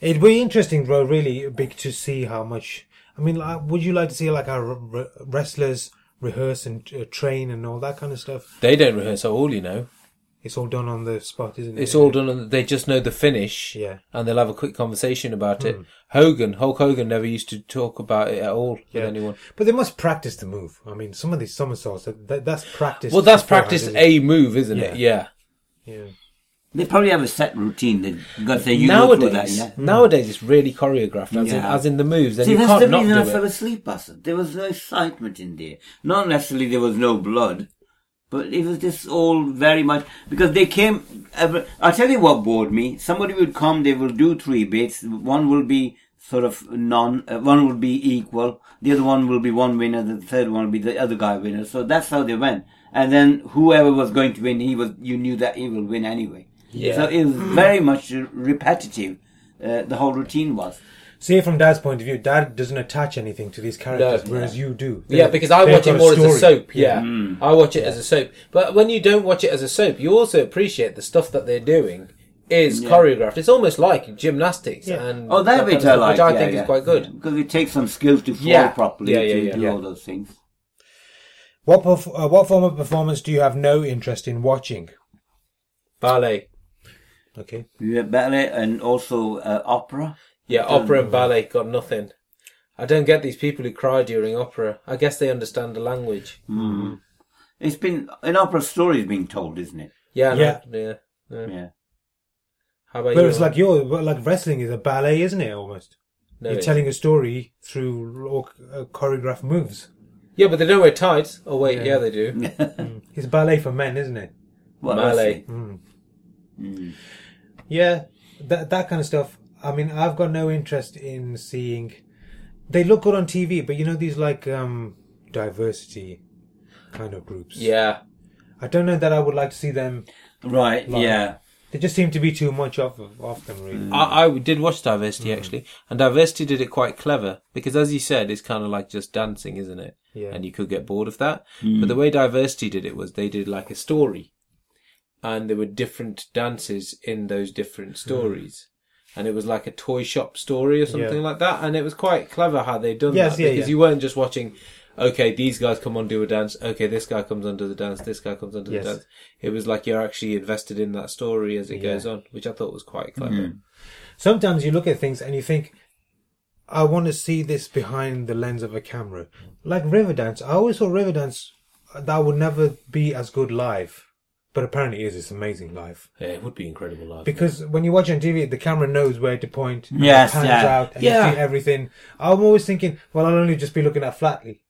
[SPEAKER 4] It'd be interesting, though, really big to see how much. I mean, like, would you like to see like our re- wrestlers rehearse and uh, train and all that kind of stuff?
[SPEAKER 1] They don't rehearse at all, you know.
[SPEAKER 4] It's all done on the spot, isn't it?
[SPEAKER 1] It's all done, and they just know the finish.
[SPEAKER 4] Yeah.
[SPEAKER 1] and they'll have a quick conversation about it. Hogan, Hulk Hogan, never used to talk about it at all
[SPEAKER 4] Yeah.
[SPEAKER 1] with anyone.
[SPEAKER 4] But they must practice the move. I mean, some of these somersaults that, that, that's practice.
[SPEAKER 1] Well, that's
[SPEAKER 4] beforehand,
[SPEAKER 1] practice
[SPEAKER 4] isn't it?
[SPEAKER 1] a move, isn't it? Yeah.
[SPEAKER 4] Yeah.
[SPEAKER 2] They probably have a set routine. They've got to say, you go through that.
[SPEAKER 1] Nowadays,
[SPEAKER 2] Yeah.
[SPEAKER 1] nowadays it's really choreographed, as, in,
[SPEAKER 2] Yeah.
[SPEAKER 1] as in the moves, and
[SPEAKER 2] See,
[SPEAKER 1] you
[SPEAKER 2] that's the
[SPEAKER 1] can't not
[SPEAKER 2] reason I fell
[SPEAKER 1] do it.
[SPEAKER 2] asleep, Bassett. There was no excitement in there. Not necessarily there was no blood, but it was just all very much because they came. ever- I'll tell you what bored me. Somebody would come, they will do three bits. One will be sort of non, uh, one will be equal, the other one will be one winner, the third one will be the other guy winner. So that's how they went. And then whoever was going to win, he was. You knew that he will win anyway.
[SPEAKER 1] Yeah.
[SPEAKER 2] So it was very much uh, repetitive. Uh, the whole routine was.
[SPEAKER 4] See, from Dad's point of view, Dad doesn't attach anything to these characters,
[SPEAKER 1] No.
[SPEAKER 4] whereas you do.
[SPEAKER 1] Yeah,
[SPEAKER 4] They-
[SPEAKER 1] because I
[SPEAKER 4] they've
[SPEAKER 1] watch
[SPEAKER 4] got
[SPEAKER 1] it more as a
[SPEAKER 4] story.
[SPEAKER 1] soap. Yeah, Mm. I watch it as a soap. But when you don't watch it as a soap, you also appreciate the stuff that they're doing is choreographed. It's almost like gymnastics.
[SPEAKER 4] Yeah.
[SPEAKER 1] And
[SPEAKER 2] Oh, that
[SPEAKER 1] kind of
[SPEAKER 2] bit I
[SPEAKER 1] stuff,
[SPEAKER 2] like.
[SPEAKER 1] which I
[SPEAKER 2] yeah,
[SPEAKER 1] think
[SPEAKER 2] yeah.
[SPEAKER 1] is quite good.
[SPEAKER 2] Yeah, because it takes some skills to fall
[SPEAKER 1] Yeah.
[SPEAKER 2] properly
[SPEAKER 1] Yeah, yeah,
[SPEAKER 2] to
[SPEAKER 1] yeah.
[SPEAKER 2] do
[SPEAKER 4] Yeah.
[SPEAKER 2] all those things.
[SPEAKER 4] What perf- uh, what form of performance do you have no interest in watching?
[SPEAKER 1] Ballet.
[SPEAKER 4] Okay.
[SPEAKER 2] Yeah, ballet and also uh, opera.
[SPEAKER 1] Yeah, opera and ballet got nothing. I don't get these people who cry during opera. I guess they understand the language.
[SPEAKER 2] It's been an opera story is being told, isn't it?
[SPEAKER 1] Yeah, no,
[SPEAKER 4] Yeah.
[SPEAKER 1] yeah. yeah.
[SPEAKER 2] Yeah.
[SPEAKER 1] How about you?
[SPEAKER 4] Whereas, like your like wrestling is a ballet, isn't it? Almost.
[SPEAKER 1] No,
[SPEAKER 4] You're
[SPEAKER 1] it's-
[SPEAKER 4] telling a story through all, uh, choreographed moves.
[SPEAKER 1] Yeah, but they don't wear tights. Oh wait, yeah, they
[SPEAKER 2] Mm.
[SPEAKER 1] do.
[SPEAKER 4] It's ballet for men, isn't it?
[SPEAKER 2] What
[SPEAKER 1] Ballet.
[SPEAKER 2] else?
[SPEAKER 4] Yeah, that that kind of stuff. I mean, I've got no interest in seeing. They look good on TV, but you know these like um diversity kind of groups.
[SPEAKER 1] Yeah,
[SPEAKER 4] I don't know that I would like to see them.
[SPEAKER 2] Right.
[SPEAKER 4] Like-
[SPEAKER 2] yeah.
[SPEAKER 4] They just seem to be too much of of them, really.
[SPEAKER 1] I, I did watch Diversity
[SPEAKER 4] Mm.
[SPEAKER 1] actually, and Diversity did it quite clever because, as you said, it's kind of like just dancing, isn't it?
[SPEAKER 4] Yeah.
[SPEAKER 1] And you could get bored of that. But the way Diversity did it was they did like a story, and there were different dances in those
[SPEAKER 4] Hmm.
[SPEAKER 1] different stories. And it was like a toy shop story or something
[SPEAKER 4] Yeah.
[SPEAKER 1] like that, and it was quite clever how they done
[SPEAKER 4] Yes,
[SPEAKER 1] that
[SPEAKER 4] yeah,
[SPEAKER 1] because
[SPEAKER 4] yeah.
[SPEAKER 1] you weren't just watching, okay, these guys come on do a dance, okay, this guy comes on do the dance, this guy comes on do
[SPEAKER 4] Yes.
[SPEAKER 1] the dance. It was like you're actually invested in that story as it goes on, which I thought was quite clever.
[SPEAKER 4] Sometimes you look at things and you think, I want to see this behind the lens of a camera. Like Riverdance, I always thought Riverdance uh, that would never be as good live, but apparently it is. It's amazing live
[SPEAKER 1] Yeah, it would be incredible live.
[SPEAKER 4] because when you watch on TV, the camera knows where to point. and
[SPEAKER 2] Yes,
[SPEAKER 4] it pans
[SPEAKER 2] yeah.
[SPEAKER 4] out and you
[SPEAKER 1] Yeah.
[SPEAKER 4] see everything. I'm always thinking, well, I'll only just be looking at flatly.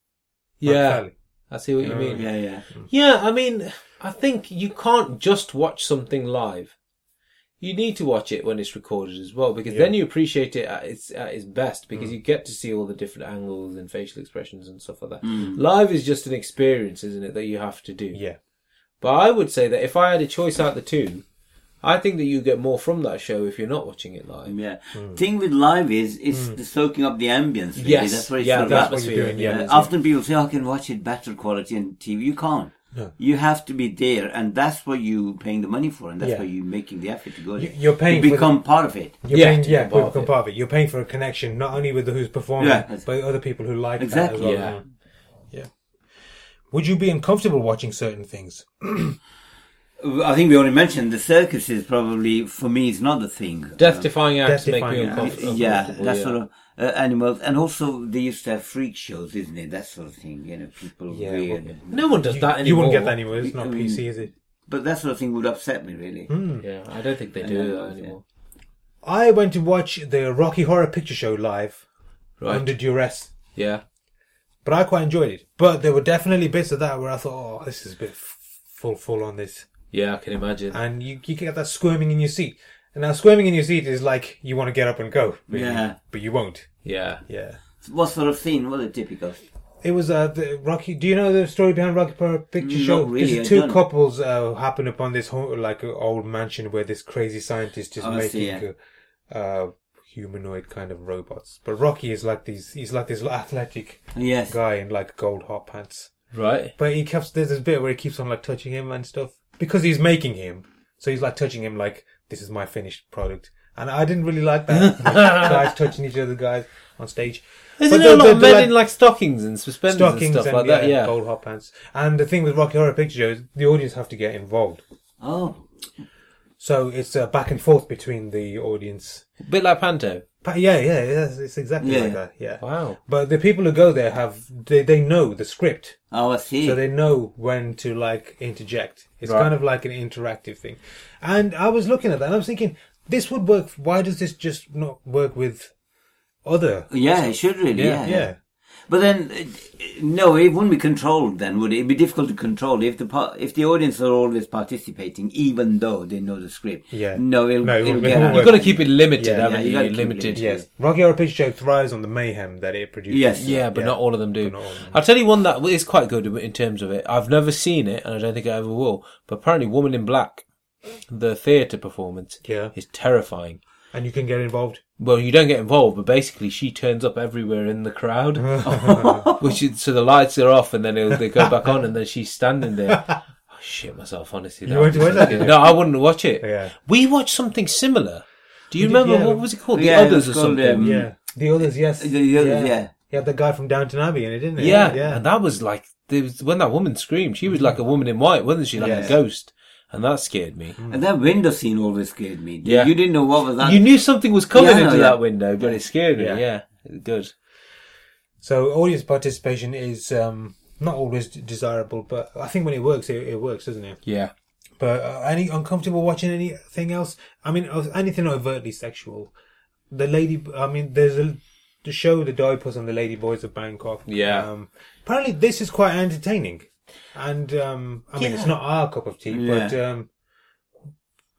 [SPEAKER 1] yeah,
[SPEAKER 4] Flatly.
[SPEAKER 1] I see what you mean.
[SPEAKER 2] Yeah, yeah.
[SPEAKER 1] Yeah, I mean, I think you can't just watch something live. You need to watch it when it's recorded as well, because then you appreciate it at its at its best, because
[SPEAKER 4] Mm.
[SPEAKER 1] you get to see all the different angles and facial expressions and stuff like that. Live is just an experience, isn't it, that you have to do.
[SPEAKER 4] Mm. Yeah.
[SPEAKER 1] But I would say that if I had a choice out of the two, I think that you get more from that show if you're not watching it live.
[SPEAKER 2] Yeah. Thing with live is it's the soaking up the ambience. Really.
[SPEAKER 1] Mm. Yes,
[SPEAKER 2] that's what it's
[SPEAKER 1] yeah,
[SPEAKER 2] all
[SPEAKER 1] that's
[SPEAKER 2] about.
[SPEAKER 1] what you're doing,
[SPEAKER 4] yeah,
[SPEAKER 2] Uh,
[SPEAKER 4] that's
[SPEAKER 2] often people say, "I can watch it better quality on TV." You can't. You have to be there, and that's what you're paying the money for, and that's
[SPEAKER 4] Yeah.
[SPEAKER 2] why you're making the effort to go.
[SPEAKER 4] You-
[SPEAKER 2] there.
[SPEAKER 4] you're paying
[SPEAKER 2] You
[SPEAKER 4] for
[SPEAKER 2] become part of it.
[SPEAKER 4] You're
[SPEAKER 1] Yeah,
[SPEAKER 4] paying,
[SPEAKER 1] to
[SPEAKER 4] yeah,
[SPEAKER 1] become part
[SPEAKER 4] we've
[SPEAKER 1] of
[SPEAKER 4] become
[SPEAKER 1] it.
[SPEAKER 4] part of it. You're paying for a connection, not only with the who's performing,
[SPEAKER 2] Yeah.
[SPEAKER 4] but with other people who like
[SPEAKER 2] Exactly.
[SPEAKER 4] that as well.
[SPEAKER 1] Yeah.
[SPEAKER 5] Would you be uncomfortable watching certain things?
[SPEAKER 2] I think we already mentioned the circus is probably for me it's not the thing.
[SPEAKER 1] Death defying acts make
[SPEAKER 4] Death-defying
[SPEAKER 1] me
[SPEAKER 4] acts.
[SPEAKER 1] uncomfortable.
[SPEAKER 2] yeah, that
[SPEAKER 1] yeah.
[SPEAKER 2] sort of uh, animals, and also they used to have freak shows, isn't it? That sort of thing, you know, people
[SPEAKER 4] Yeah,
[SPEAKER 2] weird.
[SPEAKER 1] No one does that anymore.
[SPEAKER 4] You wouldn't get that anywhere. It's not
[SPEAKER 2] Mm.
[SPEAKER 4] PC, is it?
[SPEAKER 2] But that sort of thing would upset me really.
[SPEAKER 4] Hmm.
[SPEAKER 1] Yeah, I don't think they
[SPEAKER 2] Yeah.
[SPEAKER 1] do that anymore.
[SPEAKER 4] I went to watch the Rocky Horror Picture Show live
[SPEAKER 1] Right?
[SPEAKER 4] under duress,
[SPEAKER 1] Yeah.
[SPEAKER 4] but I quite enjoyed it. But there were definitely bits of that where I thought, oh, this is a bit f- full, full on this.
[SPEAKER 1] Yeah, I can imagine.
[SPEAKER 4] and you, you get that squirming in your seat. And now squirming in your seat is like you want to get up and go, but
[SPEAKER 2] Yeah.
[SPEAKER 4] you, but you won't.
[SPEAKER 1] Yeah.
[SPEAKER 4] Yeah.
[SPEAKER 2] What sort of scene was it typical?
[SPEAKER 4] It was uh, the Rocky. Do you know the story behind Rocky Horror Picture
[SPEAKER 2] Not
[SPEAKER 4] Show?
[SPEAKER 2] really, I
[SPEAKER 4] It's two
[SPEAKER 2] don't.
[SPEAKER 4] couples uh, happen upon this whole, like uh, old mansion where this crazy scientist is
[SPEAKER 2] Oh, I see,
[SPEAKER 4] making uh, uh, humanoid kind of robots. But Rocky is like these. He's like this athletic
[SPEAKER 2] Yes.
[SPEAKER 4] guy in like gold hot pants.
[SPEAKER 1] Right.
[SPEAKER 4] But he keeps there's this bit where he keeps on like touching him and stuff because he's making him. So he's like touching him like this is my finished product, and I didn't really like that like, guys touching each other guys on stage.
[SPEAKER 1] Isn't
[SPEAKER 4] But
[SPEAKER 1] there a
[SPEAKER 4] the-
[SPEAKER 1] lot
[SPEAKER 4] the-
[SPEAKER 1] of
[SPEAKER 4] the,
[SPEAKER 1] men
[SPEAKER 4] like,
[SPEAKER 1] in like stockings and suspenders
[SPEAKER 4] stockings
[SPEAKER 1] and
[SPEAKER 4] and,
[SPEAKER 1] stuff like that? Yeah.
[SPEAKER 4] gold hot pants? And the thing with Rocky Horror Picture Show is the audience have to get involved,
[SPEAKER 2] Oh,
[SPEAKER 4] so it's uh, back and forth between the audience.
[SPEAKER 1] bit like Panto.
[SPEAKER 4] But yeah, yeah, yeah, it's exactly
[SPEAKER 2] Yeah.
[SPEAKER 4] like that. Yeah.
[SPEAKER 1] Wow.
[SPEAKER 4] But the people who go there have they, they know the script.
[SPEAKER 2] oh, I see.
[SPEAKER 4] so they know when to like interject. It's kind of like an interactive thing. And I was looking at that and I was thinking, this would work. Why does this just not work with other?
[SPEAKER 2] yeah, it should really. Yeah,
[SPEAKER 1] Yeah,
[SPEAKER 4] Yeah.
[SPEAKER 2] But then, uh, no, it wouldn't be controlled. Then would it? It'd be difficult to control if the par- if the audience are always participating, even though they know the script.
[SPEAKER 4] Yeah.
[SPEAKER 2] No, it'll,
[SPEAKER 4] No, it
[SPEAKER 2] it'll
[SPEAKER 4] won't- it
[SPEAKER 2] get
[SPEAKER 4] won't
[SPEAKER 2] out.
[SPEAKER 1] You've got to keep it limited,
[SPEAKER 4] Yeah,
[SPEAKER 1] haven't
[SPEAKER 2] yeah, you gotta
[SPEAKER 1] you?
[SPEAKER 2] keep it
[SPEAKER 1] Limited.
[SPEAKER 2] limited.
[SPEAKER 4] Yes. Rocky Horror Picture Show thrives on the mayhem that it produces.
[SPEAKER 2] Yes.
[SPEAKER 1] Yeah, but
[SPEAKER 4] Yeah.
[SPEAKER 1] not all of them do.
[SPEAKER 4] But not all of them.
[SPEAKER 1] I'll tell you one that is quite good in terms of it. I've never seen it, and I don't think I ever will. But apparently, Woman in Black, the theatre performance,
[SPEAKER 4] Yeah.
[SPEAKER 1] is terrifying.
[SPEAKER 4] And you can get involved.
[SPEAKER 1] Well, you don't get involved, but basically, she turns up everywhere in the crowd. Which is, so the lights are off, and then it'll, they go back on, and then she's standing there. I shit myself, honestly.
[SPEAKER 4] You
[SPEAKER 1] that
[SPEAKER 4] won't
[SPEAKER 1] was
[SPEAKER 4] watch that,
[SPEAKER 1] good.
[SPEAKER 4] did you?
[SPEAKER 1] No, I wouldn't watch it.
[SPEAKER 4] Yeah.
[SPEAKER 1] We watched something similar. Do you remember
[SPEAKER 4] yeah.
[SPEAKER 1] what was it called? The
[SPEAKER 2] Yeah, it
[SPEAKER 1] others or
[SPEAKER 2] was called,
[SPEAKER 1] something.
[SPEAKER 2] um,
[SPEAKER 4] Yeah. Mm. The others, yes.
[SPEAKER 2] The- the others, yeah.
[SPEAKER 4] You had the guy from Downton Abbey in it, didn't it?
[SPEAKER 1] yeah.
[SPEAKER 4] Yeah.
[SPEAKER 1] and that was like there was, when that woman screamed. She was like a woman in white, wasn't she? Like
[SPEAKER 2] Yes.
[SPEAKER 1] a ghost, and that scared me.
[SPEAKER 2] And that window scene always scared me.
[SPEAKER 1] Yeah.
[SPEAKER 2] You didn't know what was that.
[SPEAKER 1] You knew something was coming
[SPEAKER 2] Uh, Yeah, I know,
[SPEAKER 1] into
[SPEAKER 2] yeah.
[SPEAKER 1] that window, but it scared me.
[SPEAKER 4] Yeah.
[SPEAKER 1] Yeah, good.
[SPEAKER 4] So audience participation is um, not always desirable, but I think when it works, it, it works, doesn't it?
[SPEAKER 1] Yeah,
[SPEAKER 4] But uh, any uncomfortable watching anything else? I mean, of- anything overtly sexual. The lady, I mean, there's a the show The Diapers and the Lady Boys of Bangkok.
[SPEAKER 1] Yeah.
[SPEAKER 4] Um, apparently, this is quite entertaining, and um, I mean, it's not our cup of tea, but um,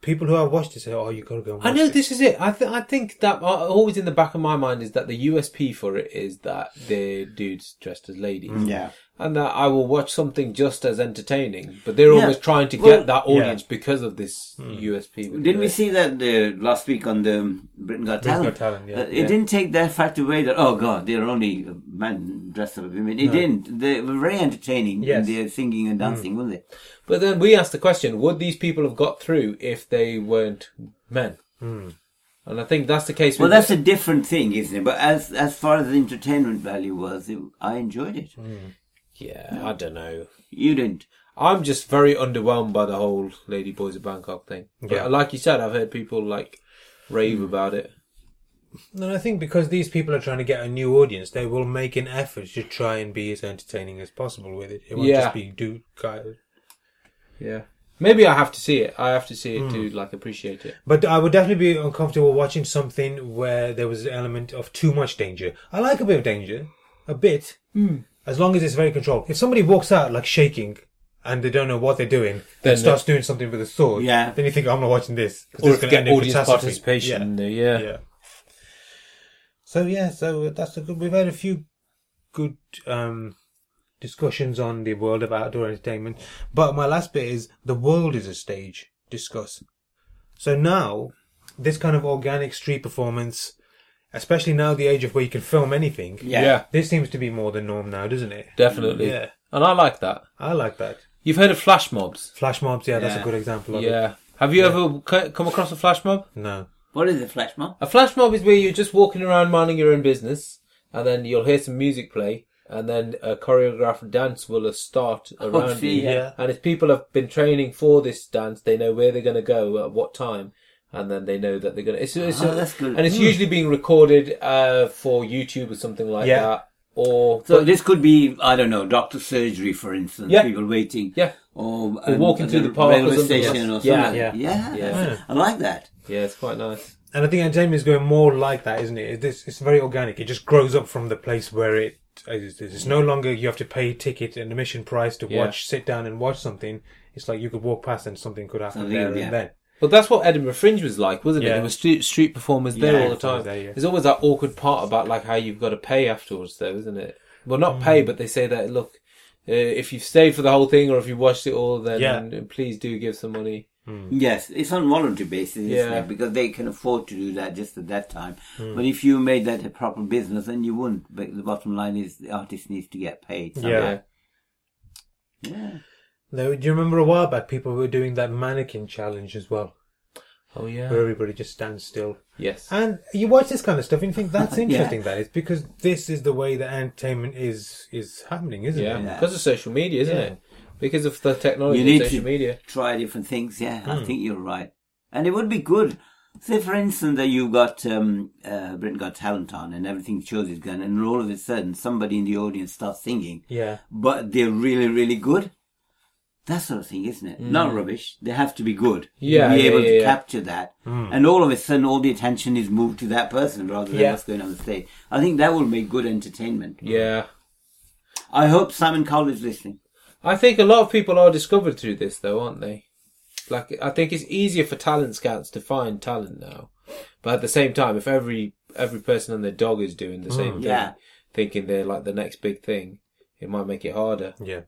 [SPEAKER 4] people who have watched it say, "Oh, you gotta go." And
[SPEAKER 1] I
[SPEAKER 4] watch
[SPEAKER 1] know
[SPEAKER 4] this.
[SPEAKER 1] this is it. I th- I think that uh, always in the back of my mind is that the USP for it is that they're dudes dressed as ladies.
[SPEAKER 2] yeah.
[SPEAKER 1] And that I will watch something just as entertaining, but they're
[SPEAKER 2] Yeah.
[SPEAKER 1] always trying to
[SPEAKER 2] Well- Hmm.
[SPEAKER 1] get that audience because of this USP. with
[SPEAKER 2] Didn't we
[SPEAKER 1] it.
[SPEAKER 2] see that the, last week on the um, Britain Got Talent?
[SPEAKER 4] Got Talent, yeah.
[SPEAKER 2] Uh, it didn't take that fact away that oh god, they're only men dressed up as women. It didn't. They were very entertaining
[SPEAKER 4] Yes.
[SPEAKER 2] in their singing and dancing, weren't they?
[SPEAKER 1] But then we asked the question: Would these people have got through if they weren't men? And I think that's the case.
[SPEAKER 2] Hmm. Well,
[SPEAKER 1] with
[SPEAKER 2] that's a different thing, isn't it? But as as far as the entertainment value was, it, I enjoyed it.
[SPEAKER 1] yeah. I don't know.
[SPEAKER 2] You didn't.
[SPEAKER 1] I'm just very underwhelmed by the whole Lady Boys of Bangkok thing. But
[SPEAKER 4] Yeah.
[SPEAKER 2] Hmm.
[SPEAKER 1] like you said, I've heard people like rave about it.
[SPEAKER 4] And I think because these people are trying to get a new audience, they will make an effort to try and be as entertaining as possible with it. It won't
[SPEAKER 1] Yeah.
[SPEAKER 4] just be do. guy-
[SPEAKER 1] Yeah. Maybe I have to see it. I have to see it to like appreciate it.
[SPEAKER 4] But I would definitely be uncomfortable watching something where there was an element of too much danger. I like a bit of danger, a bit,
[SPEAKER 1] Hmm.
[SPEAKER 4] as long as it's very controlled. If somebody walks out like shaking and they don't know what they're doing,
[SPEAKER 1] Then
[SPEAKER 4] then starts doing something with a sword,
[SPEAKER 2] Yeah.
[SPEAKER 4] then you think I'm not watching this. 'cause
[SPEAKER 1] Or
[SPEAKER 4] this
[SPEAKER 1] if
[SPEAKER 4] could
[SPEAKER 1] get
[SPEAKER 4] end in
[SPEAKER 1] audience
[SPEAKER 4] catastrophe.
[SPEAKER 1] participation. in there,
[SPEAKER 4] Yeah.
[SPEAKER 1] Yeah.
[SPEAKER 4] yeah. So yeah, so that's a good. We've had a few good um, discussions on the world of outdoor entertainment, but my last bit is the world is a stage. Discuss. So now, this kind of organic street performance, especially now the age of where you can film anything,
[SPEAKER 2] Yeah.
[SPEAKER 1] Yeah,
[SPEAKER 4] this seems to be more the norm now, doesn't it?
[SPEAKER 1] Definitely.
[SPEAKER 4] Yeah.
[SPEAKER 1] And I like that.
[SPEAKER 4] I like that.
[SPEAKER 1] You've heard of flash mobs?
[SPEAKER 4] Flash mobs, yeah, that's
[SPEAKER 2] Yeah.
[SPEAKER 4] a good example of it.
[SPEAKER 1] Yeah. Have you ever c- come across a flash mob?
[SPEAKER 4] No.
[SPEAKER 2] What is it, flash mob?
[SPEAKER 1] A flash mob is where you're just walking around minding your own business, and then you'll hear some music play, and then a choreographed dance will uh, start around
[SPEAKER 2] see,
[SPEAKER 1] you.
[SPEAKER 2] Oh, yeah.
[SPEAKER 1] And if people have been training for this dance, they know where they're going to go at what time, and then they know that they're going to. It's, it's,
[SPEAKER 2] Ah, that's good.
[SPEAKER 1] And it's usually being recorded uh, for YouTube or something like
[SPEAKER 4] Yeah.
[SPEAKER 1] that, or
[SPEAKER 2] So this could be, I don't know, doctor surgery, for instance.
[SPEAKER 1] Yeah.
[SPEAKER 2] People waiting.
[SPEAKER 1] Yeah.
[SPEAKER 2] Or, um,
[SPEAKER 1] walking through the park or
[SPEAKER 2] railway
[SPEAKER 1] something
[SPEAKER 2] station or
[SPEAKER 1] else.
[SPEAKER 2] something.
[SPEAKER 1] Yeah.
[SPEAKER 2] Yeah.
[SPEAKER 4] Yeah.
[SPEAKER 2] that's- I like that.
[SPEAKER 1] yeah, it's quite nice.
[SPEAKER 4] And I think entertainment is going more like that, isn't it? It- This it's very organic. It just grows up from the place where it is. It's no longer you have to pay ticket and admission price to
[SPEAKER 1] Yeah.
[SPEAKER 4] watch, sit down and watch something. It's like you could walk past and something could happen
[SPEAKER 2] Something,
[SPEAKER 4] there
[SPEAKER 2] yeah.
[SPEAKER 4] and then.
[SPEAKER 1] But that's what Edinburgh Fringe was like, wasn't it?
[SPEAKER 4] Yeah.
[SPEAKER 1] There were street, street performers there
[SPEAKER 4] Yeah,
[SPEAKER 1] all the time.
[SPEAKER 4] performers there, yeah.
[SPEAKER 1] There's always that awkward part about like how you've got to pay afterwards, though, isn't it? Well, not
[SPEAKER 4] Mm.
[SPEAKER 1] pay, but they say that look, uh, if you've stayed for the whole thing or if you watched it all, then
[SPEAKER 4] Yeah.
[SPEAKER 1] please do give some money.
[SPEAKER 2] Yes, it's on voluntary basis, isn't
[SPEAKER 1] Mm. Yeah. Mm.
[SPEAKER 2] it? Because they can afford to do that just at that time. But if you made that a proper business, then you wouldn't. But the bottom line is the artist needs to get paid.
[SPEAKER 4] Yeah.
[SPEAKER 2] Yeah.
[SPEAKER 4] Now, do you remember a while back people were doing that mannequin challenge as well,
[SPEAKER 1] Oh yeah.
[SPEAKER 4] where everybody just stands still?
[SPEAKER 1] Yes.
[SPEAKER 4] And you watch this kind of stuff and you think that's
[SPEAKER 2] Yeah.
[SPEAKER 4] interesting. That is because this is the way that entertainment is is happening, isn't
[SPEAKER 1] Yeah.
[SPEAKER 4] it?
[SPEAKER 2] Yeah.
[SPEAKER 1] Because of social media, isn't
[SPEAKER 4] Yeah.
[SPEAKER 1] it? Because of the technology
[SPEAKER 2] You
[SPEAKER 1] of
[SPEAKER 2] need
[SPEAKER 1] social
[SPEAKER 2] to
[SPEAKER 1] media.
[SPEAKER 2] try different things. Yeah,
[SPEAKER 1] Hmm.
[SPEAKER 2] I think you're right. And it would be good. Say, for instance, that you got um, uh, Britain Got Talent on and everything shows is gone, and all of a sudden somebody in the audience starts singing,
[SPEAKER 4] Yeah.
[SPEAKER 2] but they're really, really good. That sort of thing, isn't it? Not rubbish. They have to be good.
[SPEAKER 1] Hmm. Yeah,
[SPEAKER 2] To be
[SPEAKER 1] yeah,
[SPEAKER 2] able
[SPEAKER 1] yeah, Hmm.
[SPEAKER 2] to
[SPEAKER 1] yeah.
[SPEAKER 2] capture that. And all of a sudden, all the attention is moved to that person rather than
[SPEAKER 1] Yeah.
[SPEAKER 2] what's going on the stage. I think that will make good entertainment.
[SPEAKER 1] Yeah.
[SPEAKER 2] I hope Simon Cowell is listening.
[SPEAKER 1] I think a lot of people are discovered through this, though, aren't they? Like, I think it's easier for talent scouts to find talent now, but at the same time, if every every person and their dog is doing the same thing,
[SPEAKER 2] Mm. yeah.
[SPEAKER 1] thinking they're like the next big thing, it might make it harder.
[SPEAKER 4] Yeah.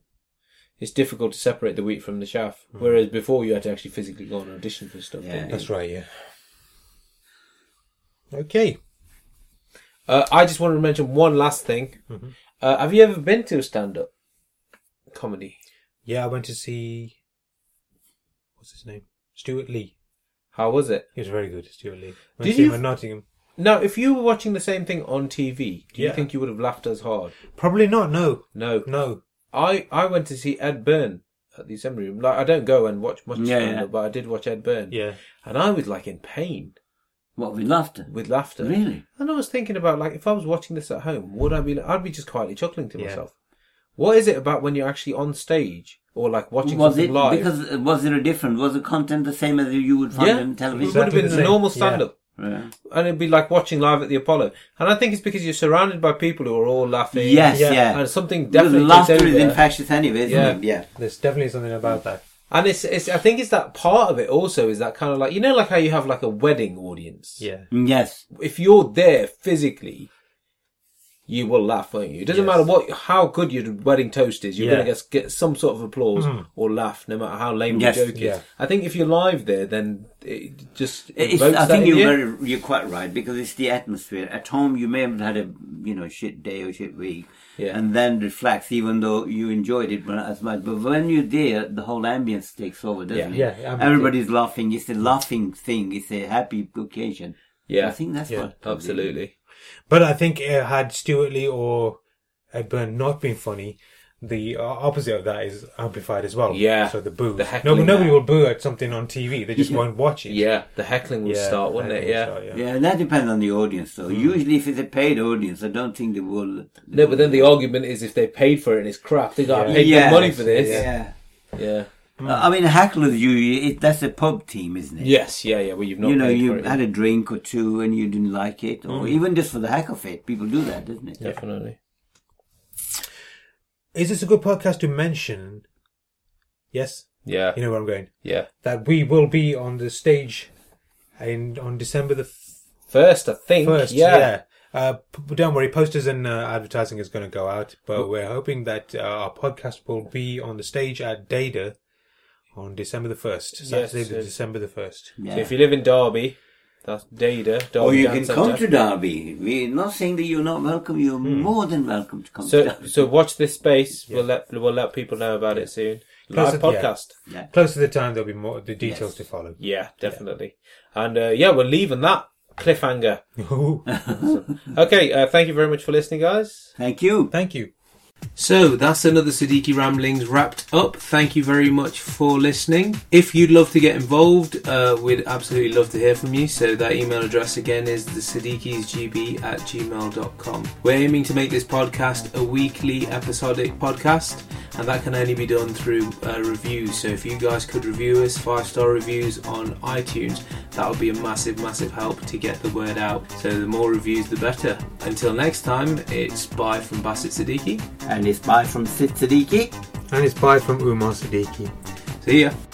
[SPEAKER 1] It's difficult to separate the wheat from the chaff. Whereas before, you had to actually physically go and audition for stuff.
[SPEAKER 2] Mm. Yeah.
[SPEAKER 1] didn't you?
[SPEAKER 4] That's right. Yeah. Okay.
[SPEAKER 1] Uh, I just wanted to mention one last thing.
[SPEAKER 2] Mm-hmm.
[SPEAKER 1] Uh, have you ever been to a stand up comedy?
[SPEAKER 4] Yeah, I went to see. What's his name? Stuart Lee.
[SPEAKER 1] How was it?
[SPEAKER 4] He was very good, Stuart Lee. Went
[SPEAKER 1] Did
[SPEAKER 4] to see
[SPEAKER 1] you-
[SPEAKER 4] him at Nottingham.
[SPEAKER 1] Now, if you were watching the same thing on TV, do you
[SPEAKER 4] Yeah.
[SPEAKER 1] think you would have laughed as hard?
[SPEAKER 4] Probably not. No,
[SPEAKER 1] No.
[SPEAKER 4] no.
[SPEAKER 1] I, I went to see Ed Byrne at the Assembly Room. Like I don't go and watch much
[SPEAKER 2] Yeah,
[SPEAKER 1] stand-up,
[SPEAKER 2] yeah.
[SPEAKER 1] but I did watch Ed Byrne.
[SPEAKER 4] Yeah,
[SPEAKER 1] And I was like in pain
[SPEAKER 2] What with laughter?
[SPEAKER 1] with laughter.
[SPEAKER 2] Really?
[SPEAKER 1] And I was thinking about like if I was watching this at home, would I be? like- I'd be just quietly chuckling to
[SPEAKER 4] Yeah.
[SPEAKER 1] myself. What is it about when you're actually on stage or like watching
[SPEAKER 2] Was
[SPEAKER 1] something
[SPEAKER 2] it
[SPEAKER 1] live?
[SPEAKER 2] because uh, was it a different? Was the content the same as you would find
[SPEAKER 1] yeah,
[SPEAKER 2] on
[SPEAKER 1] it
[SPEAKER 2] television?
[SPEAKER 1] would have
[SPEAKER 4] Exactly
[SPEAKER 1] been
[SPEAKER 4] the
[SPEAKER 1] a
[SPEAKER 4] same.
[SPEAKER 1] normal
[SPEAKER 4] Yeah.
[SPEAKER 1] stand-up.
[SPEAKER 2] Yeah.
[SPEAKER 1] And it'd be like watching live at the Apollo. And I think it's because you're surrounded by people who are all laughing.
[SPEAKER 2] Yes,
[SPEAKER 4] Yeah.
[SPEAKER 2] yeah.
[SPEAKER 1] And something
[SPEAKER 2] Because
[SPEAKER 1] definitely takes
[SPEAKER 2] laughter is
[SPEAKER 1] over.
[SPEAKER 2] infectious anyway, isn't
[SPEAKER 1] Yeah.
[SPEAKER 2] it? Yeah.
[SPEAKER 4] there's definitely something about that.
[SPEAKER 1] And it's, it's, I think it's that part of it also is that kind of like, you know, like how you have like a wedding audience.
[SPEAKER 4] Yeah,
[SPEAKER 2] Mm, Yes.
[SPEAKER 1] If you're there physically, you will laugh, won't you? It doesn't
[SPEAKER 4] Yes.
[SPEAKER 1] matter what, how good your wedding toast is, you're
[SPEAKER 4] Yeah. Mm-hmm.
[SPEAKER 1] going to get, get some sort of applause or laugh, no matter how lame
[SPEAKER 2] Yes.
[SPEAKER 1] the joke is.
[SPEAKER 4] Yeah.
[SPEAKER 1] I think if you're live there, then it just
[SPEAKER 2] It's,
[SPEAKER 1] invokes
[SPEAKER 2] I
[SPEAKER 1] that
[SPEAKER 2] think
[SPEAKER 1] in
[SPEAKER 2] you're
[SPEAKER 1] you.
[SPEAKER 2] very, you're quite right because it's the atmosphere. At home, you may have had a you know shit day or shit week,
[SPEAKER 1] Yeah.
[SPEAKER 2] and then reflects even though you enjoyed it not as much. But when you're there, the whole ambience takes over, doesn't
[SPEAKER 4] Yeah.
[SPEAKER 2] it?
[SPEAKER 4] Yeah, absolutely.
[SPEAKER 2] Everybody's laughing. It's a laughing thing. It's a happy occasion.
[SPEAKER 1] Yeah.
[SPEAKER 2] I think that's
[SPEAKER 4] Yeah,
[SPEAKER 2] what
[SPEAKER 1] Absolutely.
[SPEAKER 4] but I think uh, had Stuart Lee or Ed Byrne not been funny, the uh, opposite of that is amplified as well.
[SPEAKER 1] Yeah.
[SPEAKER 4] So the boo.
[SPEAKER 1] The
[SPEAKER 4] no,
[SPEAKER 1] heckling
[SPEAKER 4] but nobody
[SPEAKER 1] now.
[SPEAKER 4] will boo at something on TV. They just won't watch it.
[SPEAKER 1] Yeah, the heckling would
[SPEAKER 4] Yeah,
[SPEAKER 1] start, wouldn't it?
[SPEAKER 4] heckling
[SPEAKER 1] Yeah.
[SPEAKER 4] will start,
[SPEAKER 2] Yeah, Hmm. and that depends on the audience, though. Usually, if it's a paid audience, I don't think they will.
[SPEAKER 1] No, but then the argument is if they paid for it and it's crap, they got to pay good money for this. Yeah.
[SPEAKER 2] Yeah. Uh, I mean, hecklers, usually, it, that's a pub team, isn't it?
[SPEAKER 1] Yes, yeah, yeah. Well, you've not
[SPEAKER 2] you know,
[SPEAKER 1] paid
[SPEAKER 2] you
[SPEAKER 1] for it.
[SPEAKER 2] had a drink or two and you didn't like it, or even just for the heck of it. People do that, doesn't it?
[SPEAKER 1] Definitely.
[SPEAKER 4] Is this a good podcast to mention? Yes.
[SPEAKER 1] Yeah,
[SPEAKER 4] You know where I'm going.
[SPEAKER 1] yeah.
[SPEAKER 4] That we will be on the stage in on December the
[SPEAKER 1] First, I think.
[SPEAKER 4] first.
[SPEAKER 1] yeah.
[SPEAKER 4] Uh, p- don't worry, posters and uh, advertising is going to go out, but we're hoping that uh, our podcast will be on the stage at Dada on December the first, Saturday, the
[SPEAKER 1] so-
[SPEAKER 4] December the first.
[SPEAKER 2] Yeah.
[SPEAKER 1] So if you live in Derby, that's Dada. Derby
[SPEAKER 2] or you
[SPEAKER 1] Down
[SPEAKER 2] can
[SPEAKER 1] Centre.
[SPEAKER 2] come to Derby. We're not saying that you're not welcome. You're more than welcome to come to
[SPEAKER 1] Hmm. So
[SPEAKER 2] Derby.
[SPEAKER 1] so watch this space. We'll let we'll let people know about it soon. Live
[SPEAKER 4] Plus, yeah.
[SPEAKER 1] podcast.
[SPEAKER 2] yeah.
[SPEAKER 4] Close to the time, there'll be more the details
[SPEAKER 2] Yes.
[SPEAKER 4] to follow.
[SPEAKER 1] Yeah, definitely. And uh, yeah, we're leaving that cliffhanger.
[SPEAKER 2] Hmm.
[SPEAKER 1] Okay, uh, thank you very much for listening, guys.
[SPEAKER 2] Thank you.
[SPEAKER 4] Thank you.
[SPEAKER 6] So that's another Siddiqui Ramblings wrapped up. Thank you very much for listening. If you'd love to get involved, uh, we'd absolutely love to hear from you. So that email address again is thesiddiquisgb at gmail.com. We're aiming to make this podcast a weekly episodic podcast, and that can only be done through uh, reviews. So if you guys could review us, five star reviews on iTunes, that would be a massive, massive help to get the word out. So the more reviews, the better. Until next time, it's bye from Bassett Siddiqui.
[SPEAKER 2] And it's bye from Sid Siddiqui.
[SPEAKER 4] And it's bye from Umar Siddiqui.
[SPEAKER 6] See ya.